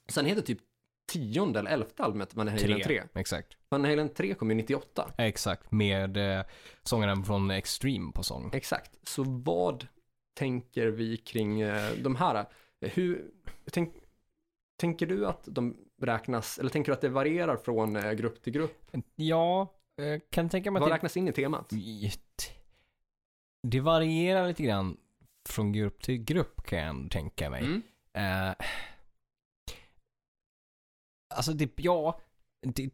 A: Sen heter typ tionde eller elfte albumet Van Halen
B: tre.
A: 3.
B: Exakt.
A: Van Halen 3 kom ju 98.
B: Exakt. Med eh, sångaren från Extreme på sång.
A: Exakt. Så vad tänker vi kring eh, de här? Hur, tänk, tänker du att de räknas, eller tänker du att det varierar från eh, grupp till grupp?
B: Ja, eh, kan tänka mig
A: Vad
B: att det
A: räknas in i temat?
B: Shit. Det varierar lite grann från grupp till grupp kan jag tänka mig.
A: Mm.
B: Eh, alltså, det, ja, det,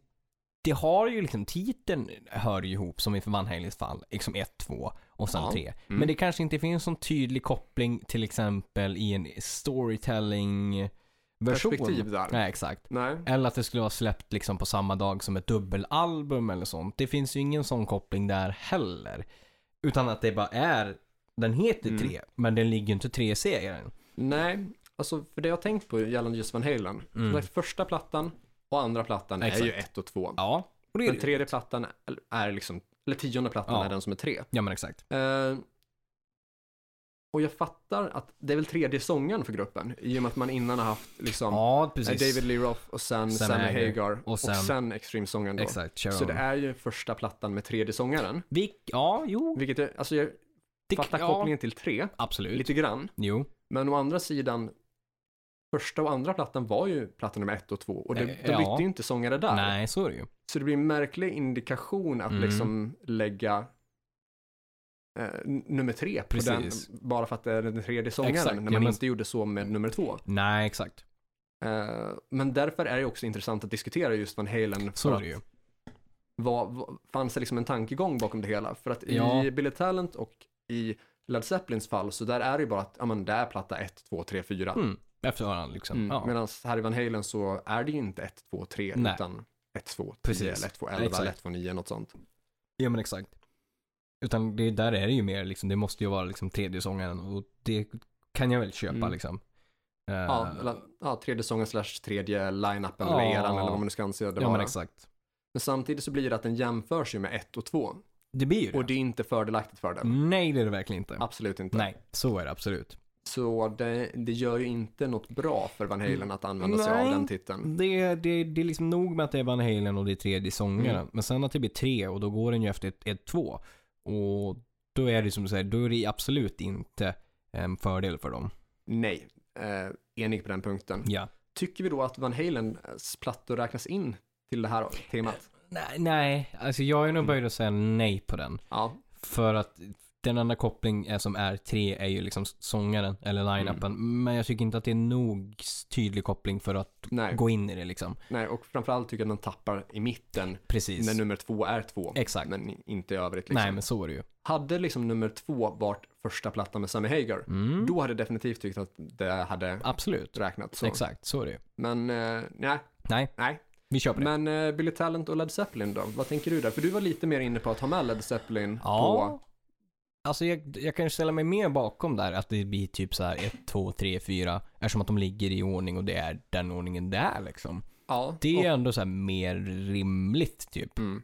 B: det har ju liksom, titeln hör ju ihop som i Van Halens fall, liksom 1, 2 och sen
A: Ja.
B: 3.
A: Mm.
B: Men det kanske inte finns någon tydlig koppling till exempel i en storytelling version.
A: Perspektiv där.
B: Nej, exakt.
A: Nej.
B: Eller att det skulle vara släppt liksom på samma dag som ett dubbelalbum eller sånt. Det finns ju ingen sån koppling där heller. Utan att det bara är, den heter
A: Mm.
B: 3, men den ligger ju inte 3 i serien.
A: Nej, alltså för det jag har tänkt på gällande just Van Halen,
B: Mm.
A: den första plattan och andra plattan är
B: Exakt.
A: ju 1 och 2.
B: Ja, och det är
A: Den
B: det. ju.
A: tredje plattan är liksom, eller tionde plattan
B: Ja.
A: är den som är 3.
B: Ja men exakt.
A: Eh, och jag fattar att det är väl tredje sången för gruppen i och med att man innan har haft liksom
B: Ja,
A: eh,
B: precis.
A: David Lee Roth och sen
B: Sam
A: Sammy
B: Hagar.
A: Hagar och
B: Och
A: sen,
B: sen-
A: Extreme-sången då.
B: Exakt, Sharon.
A: Så det är ju första plattan med tredje sångaren.
B: Vi, ja, jo.
A: Vilket är, alltså jag
B: Det,
A: fattar
B: ja,
A: kopplingen till tre,
B: Absolut.
A: lite grann.
B: Jo.
A: Men å andra sidan, första och andra plattan var ju platta nummer ett och två och det,
B: Eh,
A: de
B: ja.
A: bytte ju inte sångare där.
B: Nej, så är det ju.
A: Så det blir en märklig indikation att
B: Mm.
A: liksom lägga eh, n- nummer tre på
B: Precis.
A: den, bara för att det är den tredje sångaren,
B: Exakt,
A: när man
B: ja, men-
A: inte gjorde så med nummer två.
B: Nej, exakt.
A: Eh, men därför är det också intressant att diskutera just Van Halen. För
B: Så är
A: att
B: det ju.
A: vad, vad, fanns det liksom en tankegång bakom det hela? För att i
B: Ja.
A: Billy Talent och i Led Zeppelins fall, så där är det ju bara att, ja men det är platta 1, 2, 3, 4.
B: Mm. Efter varandra liksom.
A: Mm.
B: Ja.
A: Medan här i Van Halen så är det ju inte 1, 2, 3,
B: Nej.
A: utan 1, 2, 10,
B: Precis.
A: eller 1, 2, 11,
B: Exakt.
A: eller 1, 2, 9, något sånt.
B: Ja men exakt. Utan det, där är det ju mer liksom, det måste ju vara liksom tredje sångaren och det kan jag väl köpa
A: Mm.
B: liksom. Eh,
A: Ja, eller, ja tredje sången slash tredje line-upen eller
B: Ja.
A: eran eller vad man nu ska anse det
B: ja
A: vara.
B: men
A: Men,
B: exakt.
A: samtidigt så blir det att den jämförs ju med 1 och 2.
B: Det blir ju det.
A: Och det är inte fördelaktigt för den.
B: Nej det är det verkligen inte.
A: Absolut inte.
B: Nej, så är det absolut.
A: Så det, det gör ju inte något bra för Van Halen att använda sig av
B: Mm. Nej.
A: den titeln.
B: Det, det, det är liksom nog med att det är Van Halen och det är tredje sångaren.
A: Mm.
B: Men sen att det blir tre och då går den ju efter ett, ett två. Och då är det som du säger, då är det absolut inte en fördel för dem.
A: Nej, eh, enig på den punkten.
B: Ja.
A: Tycker vi då att Van Halens plattor räknas in till det här temat?
B: Nej, nej, alltså jag är nog böjd att säga nej på den.
A: Ja,
B: För att den enda koppling är- som är tre är ju liksom sångaren eller line-upen.
A: Mm.
B: Men jag tycker inte att det är nog s- tydlig koppling för att
A: nej,
B: gå in i det liksom.
A: nej, och framförallt tycker jag att den tappar i mitten
B: Precis.
A: när nummer två är två.
B: Exakt.
A: Men inte i övrigt liksom.
B: Nej men så är det ju.
A: Hade liksom nummer två varit första plattan med Sammy Hagar,
B: Mm.
A: då hade jag definitivt tyckt att det hade
B: Absolut.
A: räknats så.
B: Exakt, så är det ju.
A: Men eh, nej,
B: Nej,
A: nej.
B: vi köper det.
A: Men eh, Billy Talent och Led Zeppelin då? Vad tänker du där? För du var lite mer inne på att ha med Led Zeppelin på...
B: Alltså jag, jag kan ju ställa mig mer bakom där att det blir typ så här 1, 2, 3, 4 eftersom att de ligger i ordning och det är den ordningen det är liksom.
A: Ja.
B: Det är
A: Och,
B: ändå så här mer rimligt typ.
A: mm.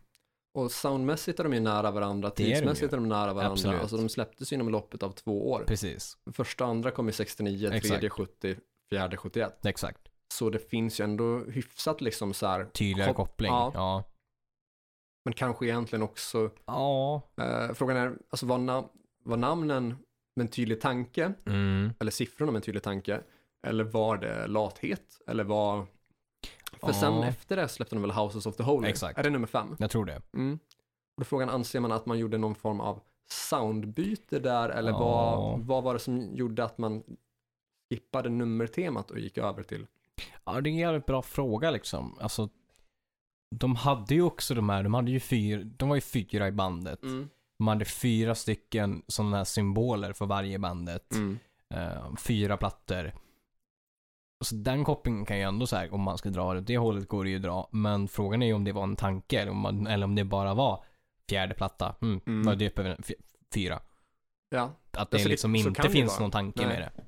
A: och soundmässigt är de ju nära varandra,
B: Det är de ju.
A: tidsmässigt är de nära varandra.
B: Absolut.
A: Alltså de släpptes ju inom loppet av två år.
B: Precis,
A: Första och andra kom i 69, tredje
B: Exakt.
A: 70, fjärde 71.
B: exakt.
A: Så det finns ju ändå hyfsat liksom så här,
B: Tydligare
A: Kop-
B: koppling.
A: ja.
B: Ja.
A: men kanske egentligen också,
B: ja.
A: eh, frågan är, alltså var, nam- var namnen med en tydlig tanke,
B: Mm.
A: eller siffrorna med en tydlig tanke, eller var det lathet, eller var... För
B: Ja.
A: sen efter det släppte de väl Houses of the Holy?
B: Exakt.
A: Är det nummer fem?
B: Jag tror det.
A: Mm. Och då är frågan, anser man att man gjorde någon form av soundbyte där, eller
B: Ja.
A: vad, vad var det som gjorde att man skippade nummertemat och gick över till...
B: Ja, det är en jävligt bra fråga liksom. Alltså, de hade ju också de här, de hade ju fyra, de var ju fyra i bandet. De hade fyra stycken sådana här symboler för varje bandet.
A: Mm.
B: Eh, fyra plattor. Så den kopplingen kan ju ändå så här, om man ska dra det åt det hållet går det ju att dra. Men frågan är ju om det var en tanke eller om, man, eller om det bara var fjärde platta. Mm,
A: Mm.
B: Vad döper vi den? Fy- Fyra.
A: Ja,
B: Att det
A: Alltså, det-
B: liksom
A: så kan
B: inte
A: det
B: finns
A: vara.
B: någon tanke
A: Nej.
B: med det.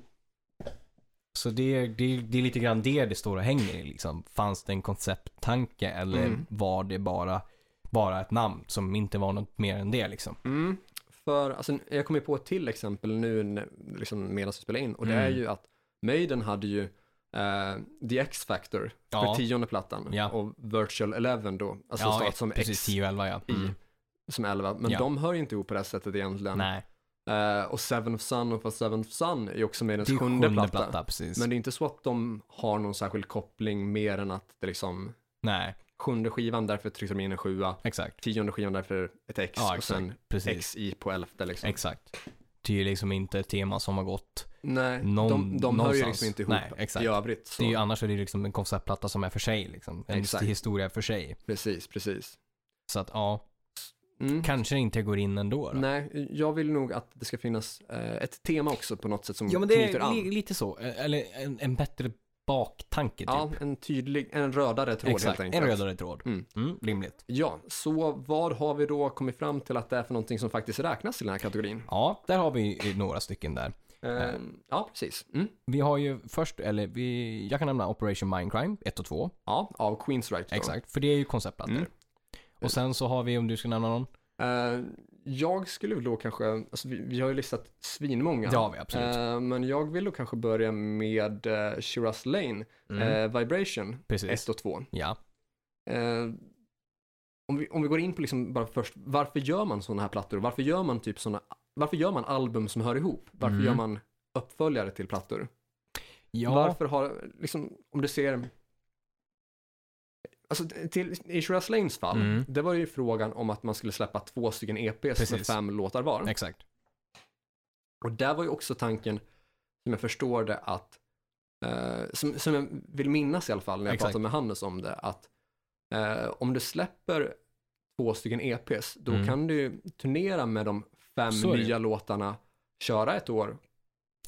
B: Så det, det, det är lite grann det det står och hänger i liksom. Fanns det en koncepttanke eller
A: Mm.
B: var det bara, bara ett namn som inte var något mer än det liksom?
A: Mm. För alltså, jag kommer på ett till exempel nu när- liksom, medan vi spelar in och det är
B: Mm.
A: ju att Maiden hade ju eh, The X-Factor för
B: Ja.
A: tionde plattan
B: Ja.
A: och Virtual Eleven då, alltså ja,
B: ett-
A: som
B: precis,
A: X
B: 10 och 11 ja.
A: i,
B: Mm.
A: som 11, men
B: Ja.
A: de hör ju inte ihop på det här sättet egentligen.
B: Nej,
A: Eh, och Seven of Sun och fast Seven of Sun är ju också Maidens
B: det är
A: sjunde, platta.
B: precis.
A: Men det är inte så att de har någon särskild koppling mer än att det liksom
B: Nej,
A: sjunde skivan därför tryckte de in en sjua,
B: exakt.
A: tionde skivan därför ett X
B: Ja,
A: och
B: exakt.
A: sen
B: Precis.
A: X i på elfte liksom.
B: Exakt. Det är ju liksom inte ett tema som har gått.
A: Nej,
B: Någon-
A: de, de hör ju
B: någonstans.
A: liksom inte ihop
B: Nej, exakt.
A: i övrigt. Så.
B: Det är ju, annars är det ju liksom en konceptplatta som är för sig liksom. En
A: Exakt.
B: historia för sig.
A: Precis, precis.
B: Så att ja,
A: Mm.
B: kanske inte går in ändå då. Mm.
A: Nej, jag vill nog att det ska finnas eh, ett tema också på något sätt som
B: Ja men det
A: knyter
B: är
A: an.
B: li- lite så. Eh, Eller en, en bättre baktanke typ.
A: ja, en tydlig, en rödare tråd
B: Exakt,
A: helt enkelt.
B: en rödare tråd.
A: Mm.
B: Mm. rimligt.
A: Ja, så vad har vi då kommit fram till att det är för någonting som faktiskt räknas i den här kategorin?
B: Ja, där har vi ju några stycken där.
A: Eh, ja, precis. Mm.
B: Vi har ju först, eller vi, jag kan nämna Operation Mindcrime 1 och 2.
A: Ja, av Queens Right. då.
B: Exakt, för det är ju konceptplattor.
A: Mm.
B: Och sen så har vi, om du ska nämna någon.
A: Eh, jag skulle väl då kanske, alltså vi, vi har ju listat svinmånga.
B: Det har vi absolut.
A: Eh, men jag vill då kanske börja med eh, Shiraz Lane,
B: Mm.
A: eh, Vibration
B: Precis.
A: 1 och 2.
B: Ja.
A: Eh, om, vi, om vi går in på liksom bara först, varför gör man sådana här plattor? Varför gör man typ sådana, varför gör man album som hör ihop? Varför
B: Mm.
A: gör man uppföljare till plattor?
B: Ja.
A: Varför har, liksom, om du ser, alltså till, i Shiraz Lanes fall,
B: Mm.
A: det var ju frågan om att man skulle släppa två stycken EPs med
B: Precis.
A: fem låtar var.
B: Exakt.
A: Och där var ju också tanken, som jag förstår det, att, eh, som, som jag vill minnas i alla fall när jag
B: Exakt.
A: pratade med Hannes om det, att eh, om du släpper två stycken EPs, då
B: Mm.
A: kan du ju turnera med de fem
B: Så är det ju.
A: nya låtarna, köra ett år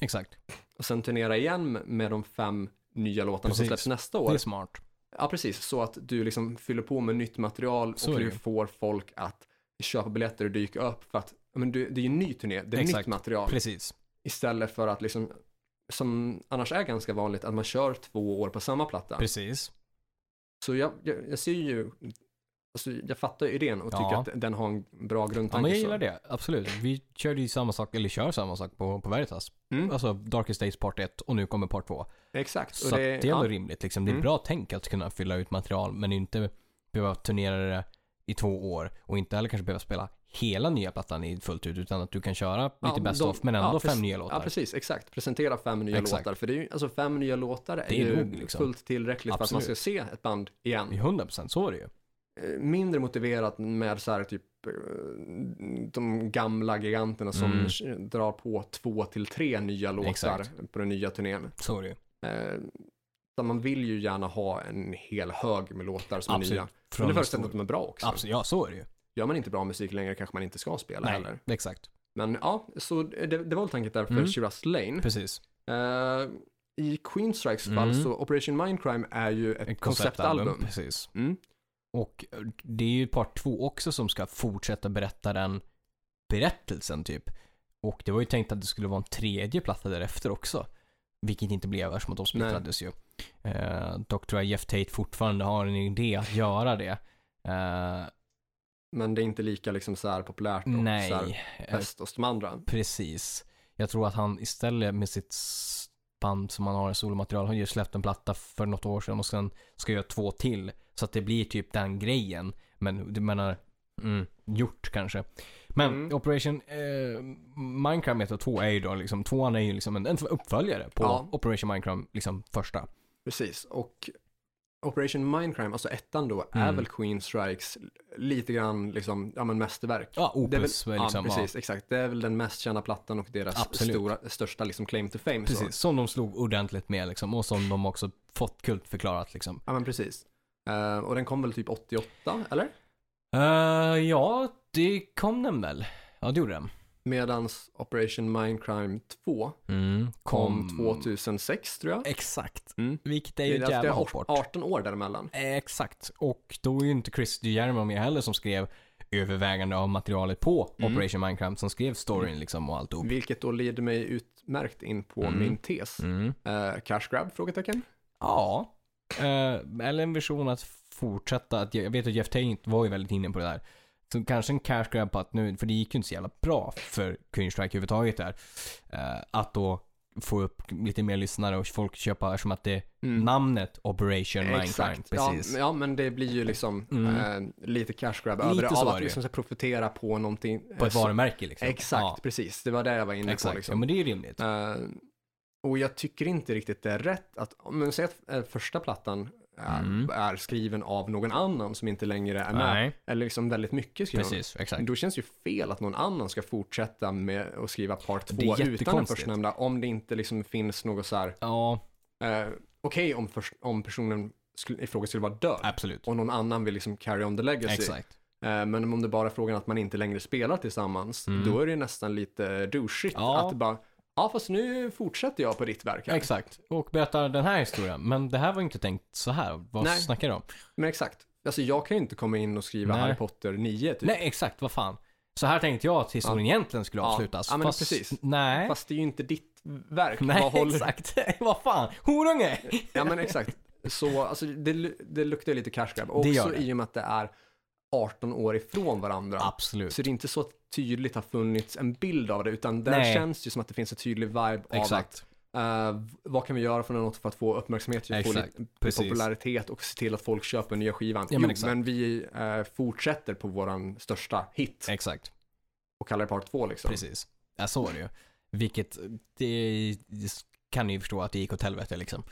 B: Exakt.
A: och sen turnera igen med de fem nya låtarna som
B: Precis.
A: släpps nästa
B: Det
A: år.
B: är smart.
A: Ja, precis. Så att du liksom fyller på med nytt material
B: Så
A: och
B: är det
A: du
B: ju.
A: får folk att köpa biljetter och dyka upp för att ja, men du, det är ju en ny turné, det är
B: Exakt.
A: nytt material.
B: Precis.
A: Istället för att liksom, som annars är ganska vanligt, att man kör två år på samma platta.
B: Precis.
A: Så jag, jag, jag ser ju, alltså jag fattar ju idén och tycker
B: Ja.
A: att den har en bra
B: Ja,
A: grundtanke.
B: men jag
A: så.
B: gillar det. Absolut. Vi körde ju samma sak, eller kör samma sak på, på Veritas.
A: Mm.
B: Alltså Darkest Days Part 1 och nu kommer Part 2.
A: Exakt.
B: Så att det, är
A: ja,
B: ändå rimligt liksom. Det är
A: Mm.
B: bra tänk att kunna fylla ut material men inte behöva turnera det i två år och inte heller kanske behöva spela hela nya plattan i fullt ut utan att du kan köra lite
A: ja,
B: best
A: de-
B: of men ändå
A: ja,
B: fem
A: precis-
B: nya låtar.
A: Ja, precis. Exakt. Presentera fem nya
B: Exakt.
A: låtar. För det är ju, alltså fem nya låtar är,
B: Det är
A: ju
B: nog, liksom.
A: fullt tillräckligt för att man ska
B: Absolut.
A: se ett band igen.
B: I 100% så är det ju.
A: eh, mindre motiverat med så här typ eh, de gamla giganterna som
B: Mm.
A: sh- drar på två till tre nya låtar
B: Exakt.
A: på den nya turnén.
B: Så är det ju.
A: Eh, så man vill ju gärna ha en hel hög med låtar som är
B: Absolut.
A: nya.
B: Från
A: Under
B: en
A: förutsättning
B: stor-
A: att de är bra också.
B: Absolut, ja så är det ju.
A: Gör man inte bra musik längre kanske man inte ska spela heller.
B: Nej, exakt.
A: Men ja, så det, det var väl tanken där för
B: Mm.
A: Shiraz Lane.
B: Precis.
A: Eh, i Queenstrikes
B: Mm.
A: fall så Operation Mindcrime är ju ett konceptalbum.
B: Precis.
A: Mm.
B: Och eh, det är ju part två också som ska fortsätta berätta den berättelsen typ. Och det var ju tänkt att det skulle vara en tredje platta därefter också. Vilket inte blev eftersom att de splittrades ju. Eh, dock tror jag Jeff Tate fortfarande har en idé att göra det. Eh,
A: Men det är inte lika liksom så här populärt och
B: nej,
A: så här
B: eh,
A: bäst hos de andra.
B: precis. Jag tror att han istället med sitt s- band som han har i solomaterial har ju släppt en platta för något år sedan och sen ska göra två till. Så att det blir typ den grejen. Men du menar, mm, gjort kanske. Men
A: Mm.
B: Operation eh, Minecraft 1 och 2 är ju då liksom, tvåan är ju liksom en, en uppföljare på
A: Ja.
B: Operation Minecraft, liksom första.
A: Precis, och Operation Mindcrime, alltså ettan då, är
B: Mm.
A: väl Queenstrikes lite grann liksom, ja men mästerverk.
B: Ja,
A: Det är väl,
B: Opus.
A: ja,
B: liksom,
A: precis, exakt. Det är väl den mest kända plattan och deras
B: Absolut.
A: stora, största liksom claim to fame. Så.
B: precis. Som de slog ordentligt med liksom och som de också fått kultförklarat liksom.
A: Ja, men precis. Eh, och den kom väl typ 88, eller?
B: Eh, ja, det kom den väl? Ja, det gjorde den.
A: Medans Operation Mindcrime 2
B: Mm,
A: kom 2006, tror jag.
B: Exakt.
A: Mm.
B: Vilket är ju ett
A: alltså,
B: jävla hopp
A: har
B: bort.
A: 18 år däremellan.
B: Eh, Exakt. Och då är ju inte Chris DiGermo med heller som skrev övervägande av materialet på
A: Mm.
B: Operation Minecraft som skrev storyn liksom och alltihop.
A: Vilket då leder mig utmärkt in på
B: Mm.
A: min tes.
B: Mm.
A: Eh, cash grab? Frågetecken.
B: Ja. Eh, eller en vision att fortsätta att, jag vet att Jeff Tate var ju väldigt inne på det där. Så kanske en cash grab på att nu, för det gick ju inte så jävla bra för Queen Strike överhuvudtaget där. Eh, att då få upp lite mer lyssnare och folk köpa, som att det
A: Mm.
B: namnet Operation Minecraft. Precis.
A: Ja, ja, men det blir ju liksom
B: Mm.
A: eh, lite cash grab
B: Lite
A: över det.
B: så
A: Av
B: är
A: att
B: det
A: liksom så här profitera på någonting. eh,
B: På ett
A: så-
B: varumärke liksom.
A: Exakt,
B: Ja,
A: precis. Det var det jag var inne
B: exakt.
A: på.
B: Ja,
A: Liksom.
B: men det är ju rimligt.
A: Eh, och jag tycker inte riktigt det är rätt att, om man säger att eh, första plattan är,
B: Mm.
A: är skriven av någon annan som inte längre är med,
B: Nej,
A: eller liksom väldigt mycket skriven.
B: precis. Exakt.
A: Då känns det ju fel att någon annan ska fortsätta med att skriva part
B: Det är
A: 2 utan den
B: jättekonstigt.
A: förstnämnda, om det inte liksom finns något så här,
B: Ja,
A: eh, okej om, förs- om personen skulle, i fråga skulle vara död,
B: absolut.
A: och någon annan vill liksom carry on the legacy.
B: Exakt.
A: Eh, Men om det bara är frågan att man inte längre spelar tillsammans,
B: Mm.
A: då är det ju nästan lite douchigt
B: Ja.
A: att det bara, ja fast nu fortsätter jag på ditt verk här.
B: Exakt. Och berättar den här historien. Men det här var ju inte tänkt så här. Vad
A: Nej.
B: snackar du om?
A: Men exakt, alltså jag kan ju inte komma in och skriva
B: Nej.
A: Harry Potter 9 typ.
B: Nej, exakt. Vad fan. Så här tänkte jag att historien egentligen skulle
A: Ja.
B: avslutas.
A: Ja, men precis.
B: Nej.
A: Fast det är ju inte ditt verk.
B: Nej,
A: Vad håller...
B: exakt. vad fan. Horunge!
A: Ja men exakt. Så alltså, det, lu- det luktar ju lite cash grab. Också
B: gör det.
A: i och med att det är 18 år ifrån varandra.
B: Absolut.
A: Så det är inte så att tydligt har funnits en bild av det, utan där
B: Nej.
A: känns det ju som att det finns en tydlig vibe av att
B: Exakt.
A: Eh, vad kan vi göra för något för att få uppmärksamhet, få
B: Exakt,
A: lite
B: precis.
A: popularitet och se till att folk köper nya skivan?
B: Ja, men
A: men, jo,
B: exakt.
A: men vi eh, fortsätter på våran största hit
B: Exakt.
A: och kallar det part två liksom.
B: Precis. Ja, så var det ju. Vilket, det, det kan ni ju förstå att det gick åt helvete liksom.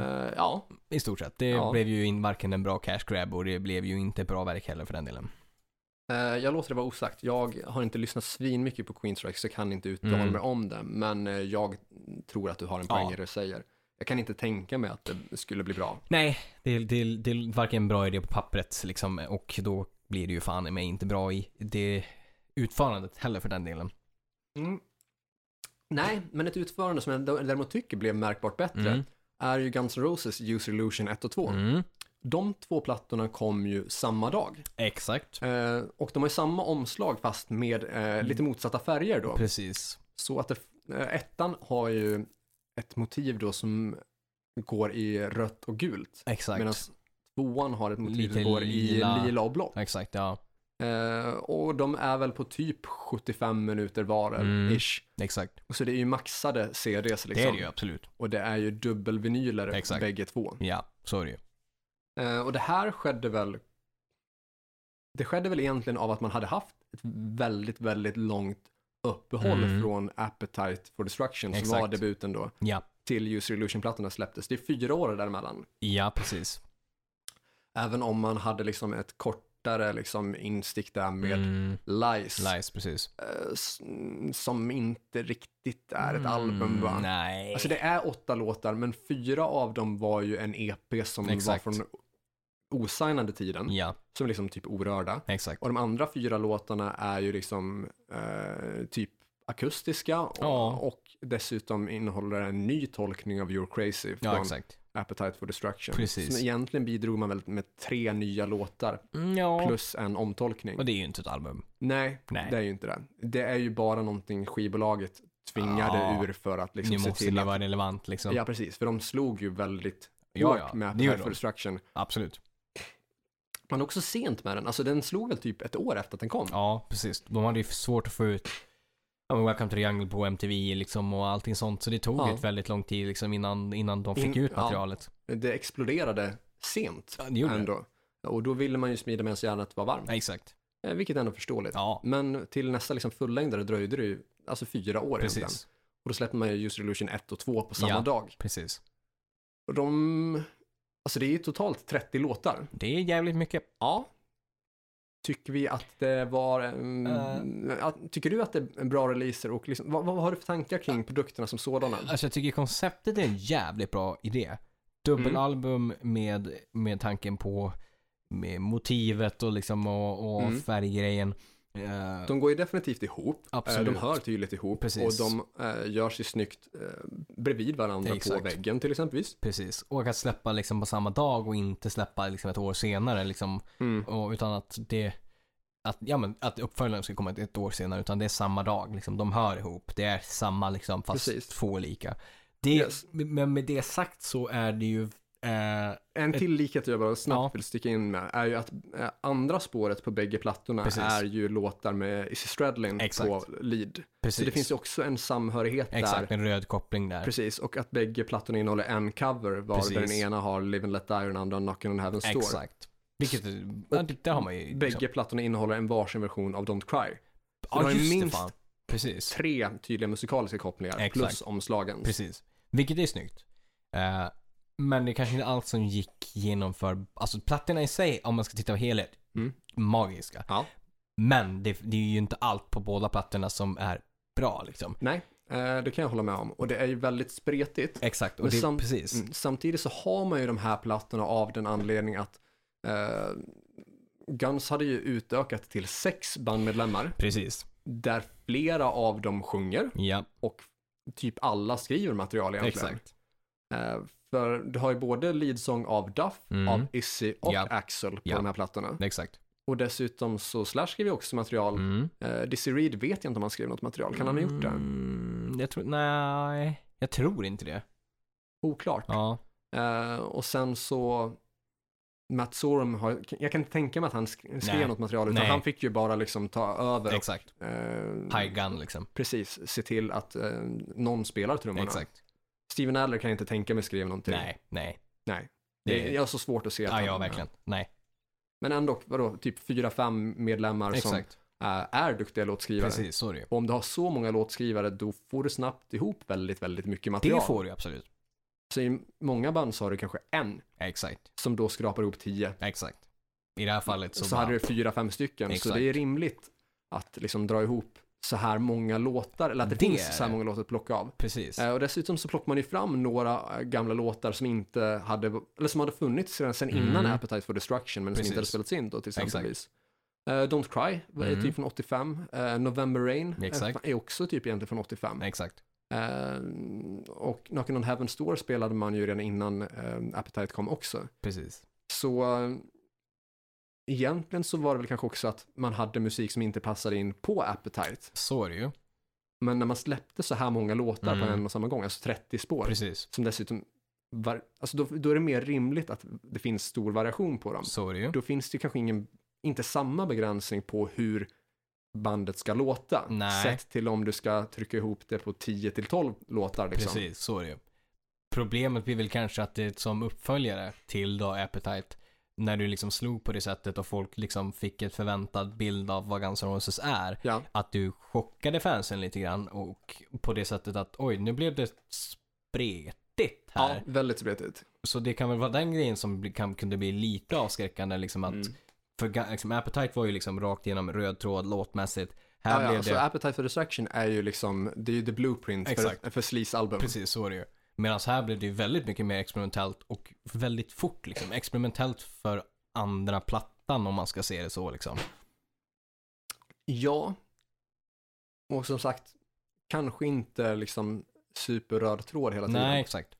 A: Eh, ja,
B: I stort sett. Det
A: Ja.
B: blev ju in, varken en bra cash grab och det blev ju inte ett bra verk heller för den delen.
A: Eh, jag låter det vara osagt. Jag har inte lyssnat svin mycket på Queens Rex så jag kan inte uttala
B: Mm.
A: mig om det, men eh, jag tror att du har en
B: Ja.
A: poäng i det du säger. Jag kan inte tänka mig att det skulle bli bra.
B: Nej, det, det, det är varken en bra idé på pappret liksom och då blir det ju fan i mig inte bra i det utförandet heller för den delen.
A: Nej, men ett utförande som jag däremot tycker blev märkbart bättre
B: Mm.
A: är ju Guns N' Roses User Illusion 1 och 2.
B: Mm,
A: De två plattorna kom ju samma dag.
B: exakt.
A: Eh, och de har ju samma omslag fast med
B: Mm.
A: eh, lite motsatta färger då.
B: Precis.
A: Så att det, eh, ettan har ju ett motiv då som går i rött och gult.
B: Exakt.
A: Medan tvåan har ett motiv
B: Lite
A: som går
B: lila.
A: i lila och blått.
B: Exakt, ja.
A: Eh, och de är väl på typ 75 minuter var,
B: Mm.
A: ish.
B: Exakt.
A: Och Så det är ju maxade CDs liksom.
B: Det är det ju absolut.
A: Och det är ju dubbelvinyler
B: Exakt.
A: bägge två.
B: Ja, så är det ju.
A: Eh, och det här skedde väl det skedde väl egentligen av att man hade haft ett väldigt, väldigt långt uppehåll
B: Mm.
A: från Appetite for Destruction som
B: Exakt.
A: var debuten då
B: Ja,
A: till User Illusion-plattorna släpptes. Det är fyra år däremellan.
B: ja precis.
A: Även om man hade liksom ett kortare liksom instick där med
B: Mm,
A: Lies
B: nice, precis.
A: eh, s- som inte riktigt är ett
B: Mm,
A: album va?
B: Nej.
A: Alltså det är åtta låtar men fyra av dem var ju en EP som
B: Exakt.
A: var från osignade tiden
B: Ja,
A: som är liksom typ orörda.
B: exakt.
A: Och de andra fyra låtarna är ju liksom eh, typ akustiska och,
B: Ja.
A: och dessutom innehåller en ny tolkning av You're Crazy från
B: Ja, exakt.
A: Appetite for Destruction.
B: Precis.
A: Som egentligen bidrog man väl med tre nya låtar
B: ja,
A: plus en omtolkning.
B: och det är ju inte ett album.
A: Nej,
B: Nej.
A: det är ju inte det. Det är ju bara någonting skivbolaget tvingade
B: Ja.
A: ur för att
B: Nu
A: liksom se
B: måste det
A: till att...
B: vara relevant liksom.
A: Ja, precis. För de slog ju väldigt
B: Ja,
A: hårt
B: ja,
A: med
B: det gör
A: Appetite
B: de.
A: for Destruction.
B: Absolut.
A: Man är också sent med den. Alltså den slog väl typ ett år efter att den kom.
B: Ja, precis. De hade ju svårt att få ut ja, men Welcome to the Jungle på MTV liksom och allting sånt. Så det tog
A: Ja.
B: ett väldigt lång tid liksom innan, innan de fick
A: In-
B: ut
A: ja.
B: materialet.
A: Det exploderade sent
B: Ja, det gjorde det.
A: ändå. Och då ville man ju smida medan järnet var varmt.
B: Ja, exakt.
A: Eh, Vilket ändå är förståeligt.
B: Ja,
A: Men till nästa liksom fullängdare dröjde det ju alltså fyra år egentligen.
B: precis.
A: Och då släppte man ju User Illusion 1 och 2 på samma
B: Ja.
A: dag.
B: Precis.
A: Och de, alltså det är ju totalt 30 låtar.
B: Det är jävligt mycket.
A: Ja. Tycker vi att det var, mm,
B: Eh.
A: att, tycker du att det är en bra releaser och liksom, vad, vad har du för tankar kring produkterna som sådana?
B: Alltså jag tycker konceptet är en jävligt bra idé.
A: Mm.
B: Dubbelalbum med, med tanken på med motivet och liksom och, och
A: Mm.
B: färggrejen. Eh,
A: De går ju definitivt ihop, Eh,
B: Absolut.
A: de hör tydligt ihop
B: Precis.
A: och de eh, gör sig snyggt eh, bredvid varandra
B: Exakt.
A: på väggen till exempelvis.
B: Precis. Och att släppa liksom på samma dag och inte släppa liksom ett år senare. Liksom. Och, utan att det att, ja, men, att uppföljaren ska komma ett år senare utan det är samma dag. Liksom. De hör ihop. Det är samma liksom fast
A: Precis.
B: två lika. Det,
A: Yes.
B: Men med det sagt så är det ju eh,
A: En till likhet jag bara snabbt
B: Ja.
A: vill sticka in med är ju att eh, andra spåret på bägge plattorna
B: Precis.
A: är ju låtar med Izzy Stradlin på
B: Exakt.
A: lead.
B: precis.
A: Så det finns ju också en samhörighet
B: Exakt,
A: där.
B: en röd koppling där.
A: Precis, och att bägge plattorna innehåller en cover var
B: Precis.
A: där den ena har Live and Let Die och den andra Knockin' on Heaven's Door.
B: Exakt. Vilket, ja, det, där har man ju. liksom-
A: Bägge plattorna innehåller en varsin version av Don't Cry. det
B: ja,
A: var ju
B: just det
A: minst-
B: fan. Precis.
A: Tre tydliga musikaliska kopplingar
B: Exakt.
A: plus omslagen.
B: Precis. Vilket är snyggt. Eh, men det är kanske inte allt som gick genom för, alltså plattorna i sig om man ska titta på helhet,
A: Mm.
B: magiska.
A: Ja.
B: Men det, det är ju inte allt på båda plattorna som är bra liksom.
A: Nej, eh, det kan jag hålla med om. Och det är ju väldigt spretigt.
B: Exakt, och
A: Men
B: det,
A: sam-
B: precis.
A: Mm. Samtidigt så har man ju de här plattorna av den anledning att eh, Guns hade ju utökat till sex bandmedlemmar
B: Precis.
A: där flera av dem sjunger
B: Ja,
A: och typ alla skriver material egentligen.
B: exakt.
A: Eh, för du har ju både leadsång av Duff,
B: Mm.
A: av Izzy och
B: Ja.
A: Axel på
B: Ja.
A: de här plattorna.
B: Exakt.
A: Och dessutom så Slash skriver ju också material.
B: Mm.
A: Eh, Dizzy Reed vet jag inte om han skrev något material. Kan han ha gjort det?
B: Mm, jag tror, nej, jag tror inte det.
A: Oklart.
B: Ja,
A: Eh, och sen så Matt Sorum har, jag kan inte tänka mig att han sk- skrev
B: Nej.
A: något material utan
B: Nej.
A: han fick ju bara liksom ta över. och,
B: exakt.
A: eh,
B: High gun liksom.
A: precis, se till att eh, någon spelar trummorna.
B: Exakt.
A: Steven Adler kan jag inte tänka mig skrev någonting.
B: Nej, nej.
A: Nej.
B: Det,
A: Det är, jag har så svårt att se att
B: ja,
A: han-
B: ja, verkligen. Nej,
A: Men ändå, vadå, typ fyra, fem medlemmar som
B: exakt.
A: eh, är duktiga låtskrivare.
B: Precis, så är det ju.
A: Och om du har så många låtskrivare, då får du snabbt ihop väldigt, väldigt mycket
B: Det
A: material.
B: får du ju absolut.
A: Så i många band så har du kanske en
B: Exakt,
A: som då skrapar ihop tio
B: exakt. I det här fallet så,
A: så,
B: bara,
A: hade du fyra, fem stycken. Så
B: Exakt.
A: det är rimligt att liksom dra ihop så här många låtar, eller att det,
B: Det är
A: finns så här
B: det.
A: många låtar att plocka av.
B: Precis,
A: Eh, Och dessutom så plockar man ju fram några eh, gamla låtar som inte hade, eller som hade funnits sedan, sedan
B: Mm.
A: innan Appetite for Destruction, men som
B: Precis.
A: inte hade spelats in då till exempelvis. Eh, Don't Cry var är
B: Mm.
A: typ från 85. Eh, November Rain eh,
B: Exakt.
A: är också typ egentligen från 85.
B: exakt.
A: Eh, och Knockin' on Heaven's Door spelade man ju redan innan eh, Appetite kom också.
B: Precis.
A: Så eh, egentligen så var det väl kanske också att man hade musik som inte passade in på Appetite.
B: Så är det ju.
A: Men när man släppte så här många låtar på
B: Mm.
A: en och samma gång, alltså 30 spår,
B: Precis,
A: som dessutom, var, alltså då, då är det mer rimligt att det finns stor variation på dem.
B: så är det ju.
A: Då finns det kanske ingen, inte samma begränsning på hur bandet ska låta.
B: Nej.
A: Sett till om du ska trycka ihop det på 10 till 12 låtar liksom.
B: Precis, så är det ju. Problemet blir väl kanske att det som uppföljare till då Appetite, när du liksom slog på det sättet och folk liksom fick ett förväntad bild av vad Guns N' Roses är,
A: Ja,
B: att du chockade fansen lite grann och på det sättet att oj, nu blev det spretigt här.
A: ja väldigt spretigt.
B: Så det kan väl vara den grejen som bli- kan, kunde bli lite avskräckande liksom att
A: Mm.
B: För Ga- liksom, Appetite var ju liksom rakt igenom röd tråd låtmässigt. Här
A: Ja, ja,
B: blev
A: alltså
B: det,
A: Appetite for Destruction är ju liksom, det är ju the blueprint för,
B: Exakt.
A: för Sleaze album.
B: precis så är det ju. Medan här blev det ju väldigt mycket mer experimentellt och väldigt fort liksom. Experimentellt för andra plattan om man ska se det så liksom.
A: Ja, och som sagt, kanske inte liksom superröd tråd hela tiden.
B: Nej, exakt.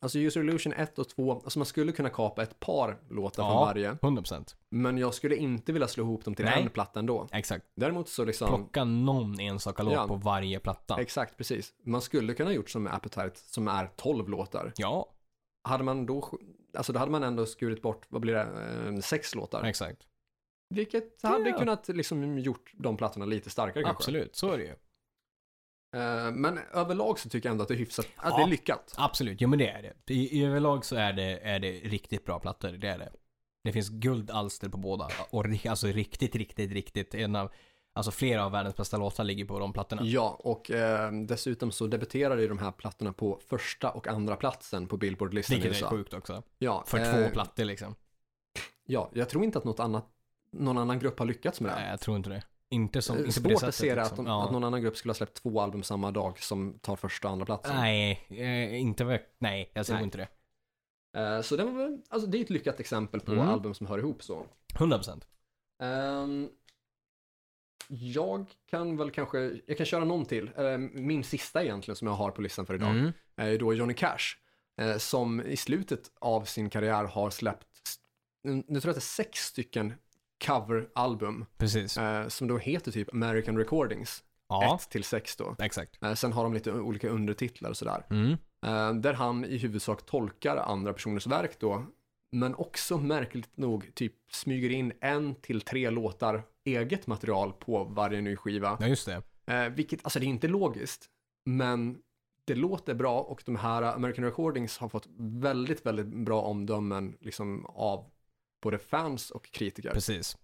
A: Alltså User Illusion 1 och 2, alltså man skulle kunna kapa ett par låtar från
B: Ja.
A: varje,
B: 100%.
A: men jag skulle inte vilja slå ihop dem till
B: Nej.
A: en platta ändå.
B: Exakt.
A: Däremot så liksom,
B: Plocka någon enstaka låt
A: Ja.
B: på varje platta.
A: exakt precis. Man skulle kunna ha gjort som med Appetite som är 12 låtar.
B: ja,
A: Hade man då, alltså då hade man ändå skurit bort, vad blir det, eh, sex låtar.
B: exakt.
A: Vilket hade
B: Ja.
A: kunnat liksom gjort de plattorna lite starkare kanske.
B: Absolut, så är det ju.
A: Eh, Men överlag så tycker jag ändå att det är hyfsat, att
B: Ja.
A: det är lyckat.
B: Absolut, jo men det är det. I, i överlag så är det, är det riktigt bra plattor, det är det. Det finns guldalster på båda. Och ri- alltså riktigt, riktigt, riktigt. En av, alltså flera av världens bästa låtar ligger på de plattorna.
A: Ja, och eh, dessutom så debuterade ju de här plattorna på första och andra platsen på Billboard-listan i
B: Vilket är
A: USA.
B: sjukt också.
A: Ja,
B: För
A: eh,
B: två plattor liksom.
A: Ja, jag tror inte att något annat, någon annan grupp har lyckats med det.
B: Nej, jag tror inte det. Inte som,
A: Eh,
B: inte på det
A: Svårt
B: sättet.
A: att se det att,
B: liksom.
A: de, att någon annan grupp skulle ha släppt två album samma dag som tar första och andra platsen.
B: Nej, eh, inte verk... Nej, jag tror
A: Nej.
B: inte det.
A: Eh, Så det, var, väl- alltså, det är ett lyckat exempel på
B: Mm.
A: album som hör ihop så.
B: 100%.
A: Ehm, jag kan väl kanske, jag kan köra någon till. Ehm, min sista egentligen som jag har på listan för idag
B: Mm.
A: är ju då Johnny Cash. eh, som i slutet av sin karriär har släppt, nu tror jag att det är sex stycken coveralbum.
B: Precis.
A: eh, som då heter typ American Recordings.
B: Ja,
A: 1 till 6 då.
B: exakt.
A: Eh, Sen har de lite olika undertitlar och sådär.
B: Mm.
A: Eh, Där han i huvudsak tolkar andra personers verk då. Men också märkligt nog typ smyger in en till tre låtar eget material på varje ny skiva.
B: Ja, just det.
A: Eh, vilket, alltså det är inte logiskt. Men det låter bra och de här American Recordings har fått väldigt, väldigt bra omdömen liksom av både fans och kritiker.
B: Precis.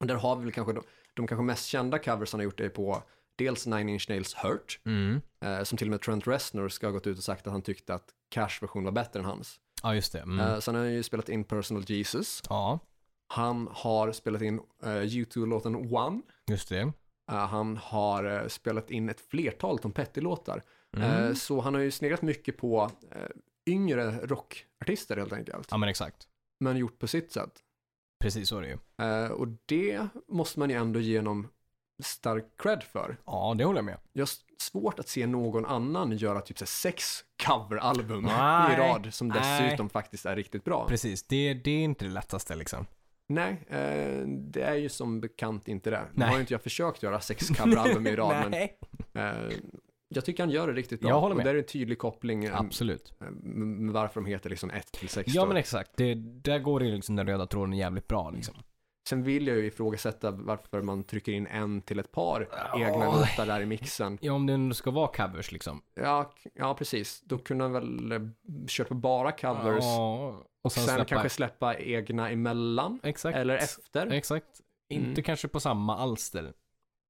A: Och där har vi väl kanske de, de kanske mest kända covers han har gjort är på dels Nine Inch Nails Hurt,
B: Mm.
A: eh, som till och med Trent Reznor ska ha gått ut och sagt att han tyckte att Cash version var bättre än hans.
B: Ja, just det. Mm.
A: Eh, sen har han ju spelat in Personal Jesus.
B: Ja,
A: Han har spelat in eh, U2-låten One.
B: just det.
A: Eh, han har eh, spelat in ett flertal Tom Petty-låtar. Eh,
B: Mm.
A: så han har ju sneglat mycket på eh, yngre rockartister helt enkelt.
B: Ja, men exakt.
A: Men gjort på sitt sätt.
B: Precis så är det ju.
A: Eh, och det måste man ju ändå ge honom stark cred för.
B: Ja, det håller jag med.
A: Jag har s- svårt att se någon annan göra typ så här sex coveralbum
B: Nej.
A: i rad som dessutom faktiskt är riktigt bra.
B: Precis, det, det är inte det lättaste liksom.
A: Nej, eh, det är ju som bekant inte det. Nu
B: Nej.
A: har ju inte jag försökt göra sex coveralbum i rad, men
B: Nej.
A: eh, jag tycker han gör det riktigt bra.
B: Jag håller med.
A: Och där är en tydlig koppling eh,
B: Absolut.
A: m- med varför de heter liksom 1 till 6.
B: Ja, men exakt. Det, där går det ju liksom den röda tråden jävligt bra liksom.
A: Sen vill jag ju ifrågasätta varför man trycker in en till ett par egna
B: Oj.
A: låtar där i mixen.
B: Ja, om det nu ska vara covers liksom.
A: Ja, k- ja precis. Då kunde han väl eh, kört på bara covers.
B: Ja, och sen,
A: Sen,
B: släppa.
A: kanske släppa egna emellan.
B: Exakt.
A: Eller Mm. efter.
B: Exakt. Inte kanske på samma alster.